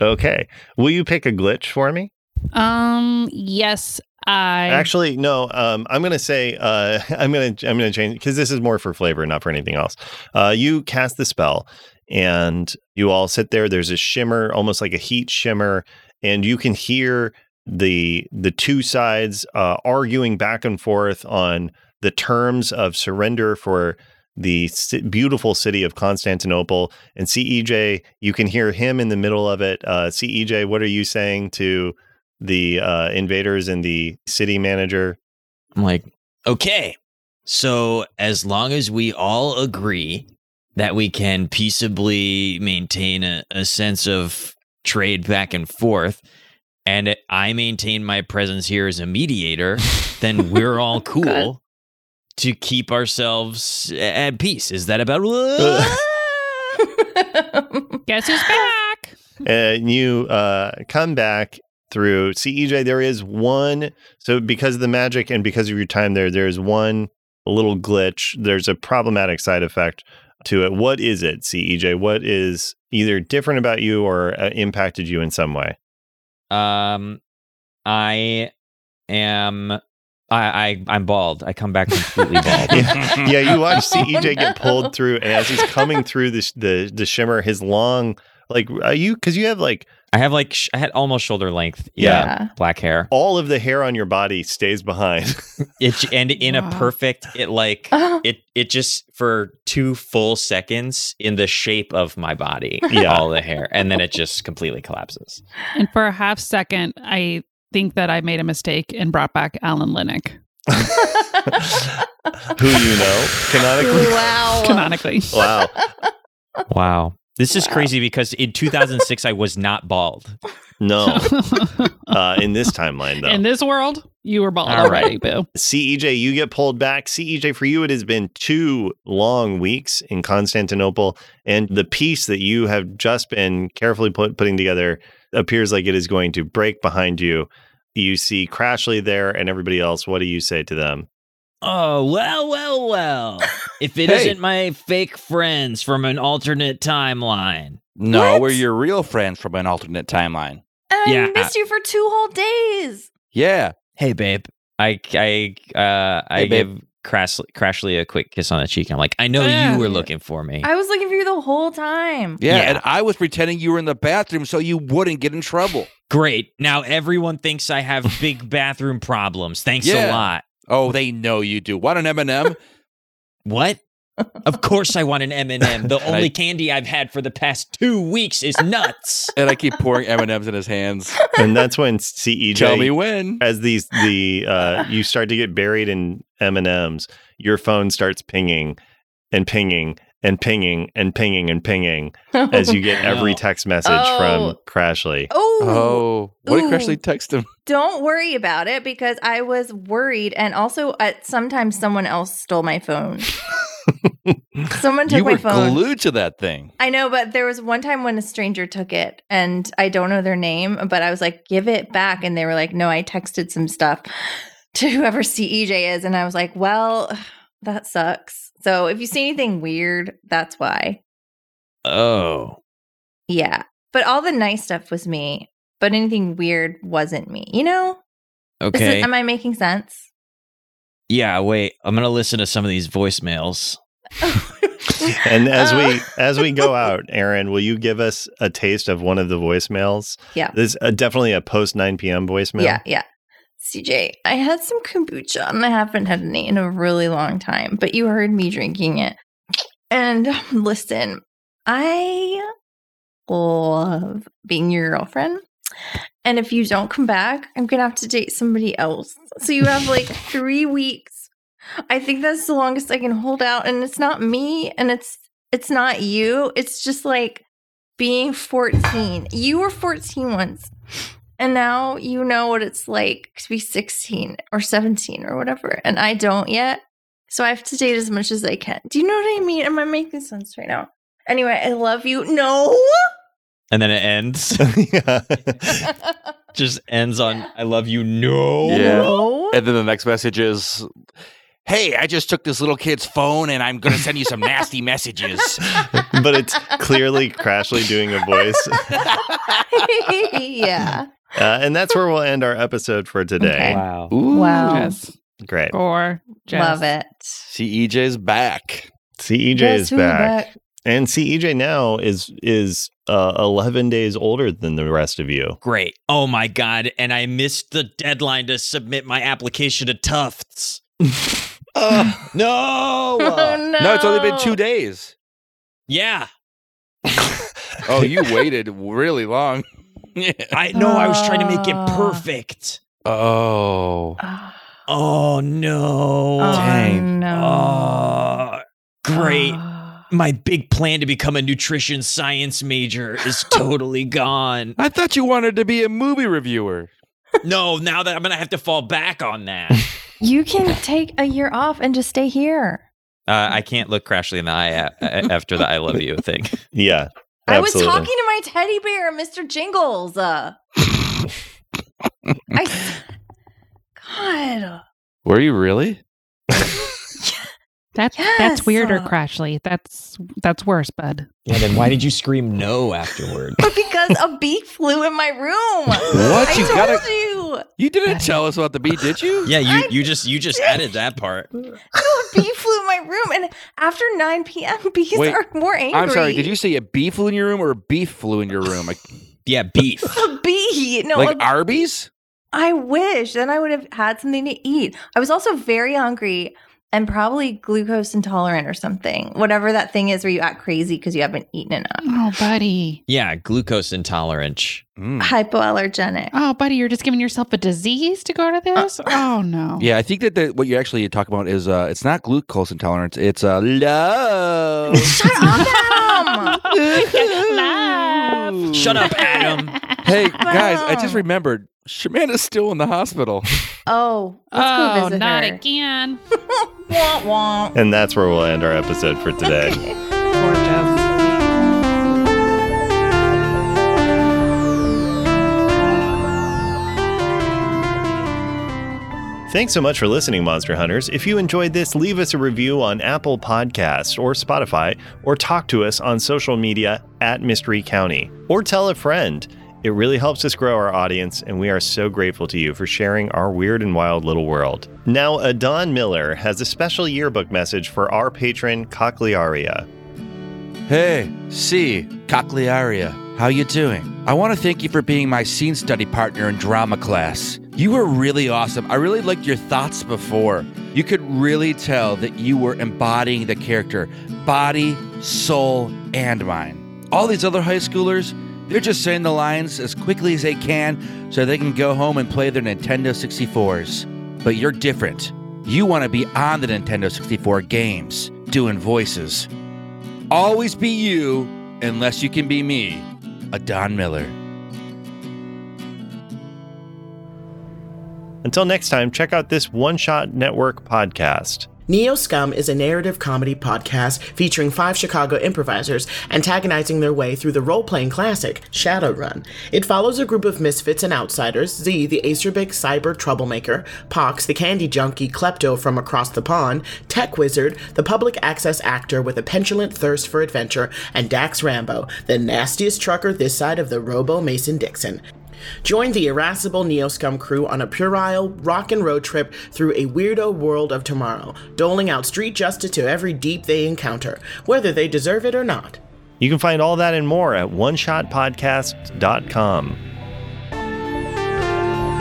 okay. Will you pick a glitch for me? Um. Yes, I Actually, no. Um, I'm going to say uh, I'm going to I'm going to change because this is more for flavor, not for anything else. Uh, you cast the spell, and you all sit there. There's a shimmer, almost like a heat shimmer, and you can hear the the two sides uh, arguing back and forth on the terms of surrender for the ci- beautiful city of Constantinople. And CEJ, you can hear him in the middle of it. Uh, CEJ, what are you saying to? the uh, invaders and the city manager. I'm like, okay. So as long as we all agree that we can peaceably maintain a, a sense of trade back and forth, and it- I maintain my presence here as a mediator, then we're all God. cool to keep ourselves a- at peace. Is that about? guess who's back. And you uh, come back through CEJ. There is one. So, because of the magic and because of your time there, there's one little glitch. There's a problematic side effect to it. What is it, CEJ? What is either different about you or uh, impacted you in some way? Um, I am. I, I I'm bald. I come back completely bald. yeah, you watch CEJ get no. pulled through, and as he's coming through this, the the shimmer, his long, like, are you, because you have like I have like sh- I had almost shoulder length. Yeah. yeah. black hair. all of the hair on your body stays behind. It j- and in Wow. a perfect it like Oh. it it just for two full seconds in the shape of my body. Yeah. all the hair, and then it just completely collapses. And for a half second, I think that I made a mistake and brought back Alan Linick who you know canonically. Wow. canonically. Wow. Wow. This is Wow. crazy because in 2006 I was not bald. No. Oh. Uh, in this timeline, though. In this world, you were bald All already, boo. CEJ, you get pulled back. CEJ, for you, it has been two long weeks in Constantinople, and the piece that you have just been carefully put, putting together appears like it is going to break behind you. You see Crashly there and everybody else. What do you say to them? Oh well, well, well. If it Hey. not my fake friends from an alternate timeline. No, What? we're your real friends from an alternate timeline. And Yeah. I missed you for two whole days. Yeah. Hey babe, I I uh I Hey, babe. give Crash, Crashly a quick kiss on the cheek. I'm like, I know Yeah. you were looking for me. I was looking for you the whole time. Yeah. Yeah. And I was pretending you were in the bathroom so you wouldn't get in trouble. Great. Now everyone thinks I have big bathroom problems. Thanks Yeah. a lot. Oh, they know you do. Want an M&M? What? Of course I want an M&M. And The I- only candy I've had for the past 2 weeks is nuts. and I keep pouring M&Ms in his hands. And that's when E CEJ Tell me when. as these the uh, you start to get buried in M and M's, your phone starts pinging and pinging and pinging and pinging and pinging as you get every No. text message Oh. from Crashly. Oh, Oh, what did Ooh. Crashly text him? don't worry about it because I was worried, and also at sometimes someone else stole my phone. someone took You my were phone. glued to that thing. I know, but there was one time when a stranger took it, and I don't know their name, but I was like, "Give it back," and they were like, "No, I texted some stuff to whoever CEJ is," and I was like, "Well, that sucks." So if you see anything weird, that's why. Oh. Yeah, but all the nice stuff was me, but anything weird wasn't me. You know? Is it- Okay. am I making sense? yeah, wait. I'm going to listen to some of these voicemails. And as Uh, we as we go out, Aaron, will you give us a taste of one of the voicemails? Yeah. this uh, definitely a post nine p.m. voicemail. Yeah, yeah. CJ, I had some kombucha and I haven't had any in a really long time, but you heard me drinking it. And listen, I love being your girlfriend. And if you don't come back, I'm going to have to date somebody else. So you have like three weeks. I think that's the longest I can hold out. And it's not me and it's it's not you. It's just like being 14. You were 14 once. And now you know what it's like to be 16 or 17 or whatever. And I don't yet. So I have to date as much as I can. Do you know what I mean? Am I making sense right now? Anyway, I love you. No. And then it ends. yeah. Just ends on I love you. No. Yeah. No. And then the next message is Hey, I just took this little kid's phone and I'm going to send you some nasty messages. but it's clearly Crashly doing a voice. yeah. Uh, and that's where we'll end our episode for today. Okay. Wow. Wow. Jess. Great. Or Jess. Love it. E CEJ's back. CEJ Yes, E is we back. And CEJ now is is uh, 11 days older than the rest of you. Great. Oh my God. And I missed the deadline to submit my application to Tufts. Ugh, Oh, no. no. No, it's only been two days. Yeah. Oh, you waited really long. I no, I was trying to make Ah. it perfect. oh. Oh, Oh no. Dang. no. Ah, great. Oh. My big plan to become a nutrition science major is totally gone. I thought you wanted to be a movie reviewer. No, now that I'm going to have to fall back on that. You can take a year off and just stay here. Uh, I can't look Crashly in the eye a- a- after the I love you thing. Yeah. I was talking to my teddy bear, Mr. Jingles. Uh, I, God. Were you really? That's Yes. that's weirder, Crashly. That's that's worse, bud. Yeah, then why did you scream no afterward? But because a bee flew in my room. What? I You told gotta- you. You didn't tell us about the bee, did you? Yeah, you, I- you just you just added that part. No, a bee flew in my room. And after 9 p.m., bees Wait, are more angry. I'm sorry. Did you say a bee flew in your room or a beef flew in your room? Like, Yeah, beef. A bee. No, like a- Arby's? I wish. Then I would have had something to eat. I was also very hungry and probably glucose intolerant or something. Whatever that thing is where you act crazy because you haven't eaten enough. Oh, buddy. Yeah, glucose intolerant. Mm. Hypoallergenic. Oh, buddy, you're just giving yourself a disease to go to Uh, this? Oh no. Yeah, I think that the, what you actually talk about is uh, it's not glucose intolerance. It's uh, love. Shut up, Adam. Laugh. Shut up, Adam. Hey guys, I just Wow. remembered Shamanda's still in the hospital. Oh, let's go Oh, visit not her. again. Womp womp. And that's where we'll end our episode for today. Thanks so much for listening, Monster Hunters. If you enjoyed this, leave us a review on Apple Podcasts or Spotify, or talk to us on social media at Mystery County, or tell a friend. It really helps us grow our audience, and we are so grateful to you for sharing our weird and wild little world. Now, Adon Miller has a special yearbook message for our patron, Cochlearia. Hey, C, Cochlearia, how you doing? I want to thank you for being my scene study partner in drama class. You were really awesome. I really liked your thoughts before. You could really tell that you were embodying the character, body, soul, and mind. All these other high schoolers, they're just saying the lines as quickly as they can so they can go home and play their Nintendo 64s. But you're different. You want to be on the Nintendo 64 games, doing voices. Always be you, unless you can be me, a Don Miller. Until next time, check out this One Shot Network podcast. Neo Scum is a narrative comedy podcast featuring five Chicago improvisers antagonizing their way through the role playing classic, Shadowrun. It follows a group of misfits and outsiders Z, the acerbic cyber troublemaker, Pox, the candy junkie klepto from across the pond, Tech Wizard, the public access actor with a petulant thirst for adventure, and Dax Rambo, the nastiest trucker this side of the Robo Mason Dixon. Join the irascible Neoscum crew on a puerile rock and road trip through a weirdo world of tomorrow, doling out street justice to every deep they encounter, whether they deserve it or not. You can find all that and more at oneshotpodcast.com. Oh.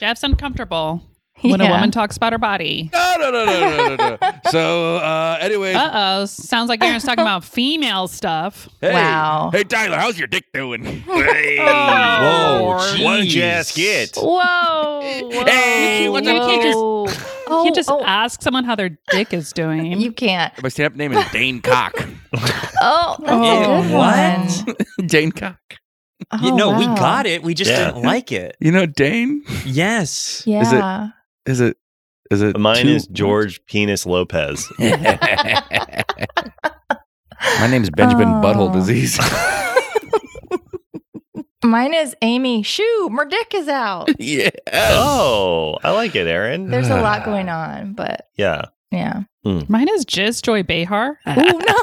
Jeff's uncomfortable when Yeah. Oh. a woman talks about her body. No, no, no, no, no, no, no. So, uh, anyways, Uh oh. Sounds like Aaron's talking about female stuff. hey, Wow. hey, Tyler, how's your dick doing? Oh, Whoa, Lord. jeez. What did you ask it? Oh, Whoa. Hey, whoa. what's up? You can't just- oh, you can just oh, ask someone how their dick is doing. you can't. My stand-up name is Dane Cock. Oh, that's Oh, a good what? one. Dane Cock. Oh, You- no, we wow. got it. We just Yeah. didn't like it. You know Dane? Yes. Yeah. Is it- Is it? Is it? Mine two- is George Penis Lopez. My name's Benjamin Oh. Butthole Disease. Mine is Amy. Shoo, my dick is out. yeah. Oh, I like it, Aaron. There's a lot going on, but Yeah. yeah. Mine is Jizz Joy Behar. Oh no.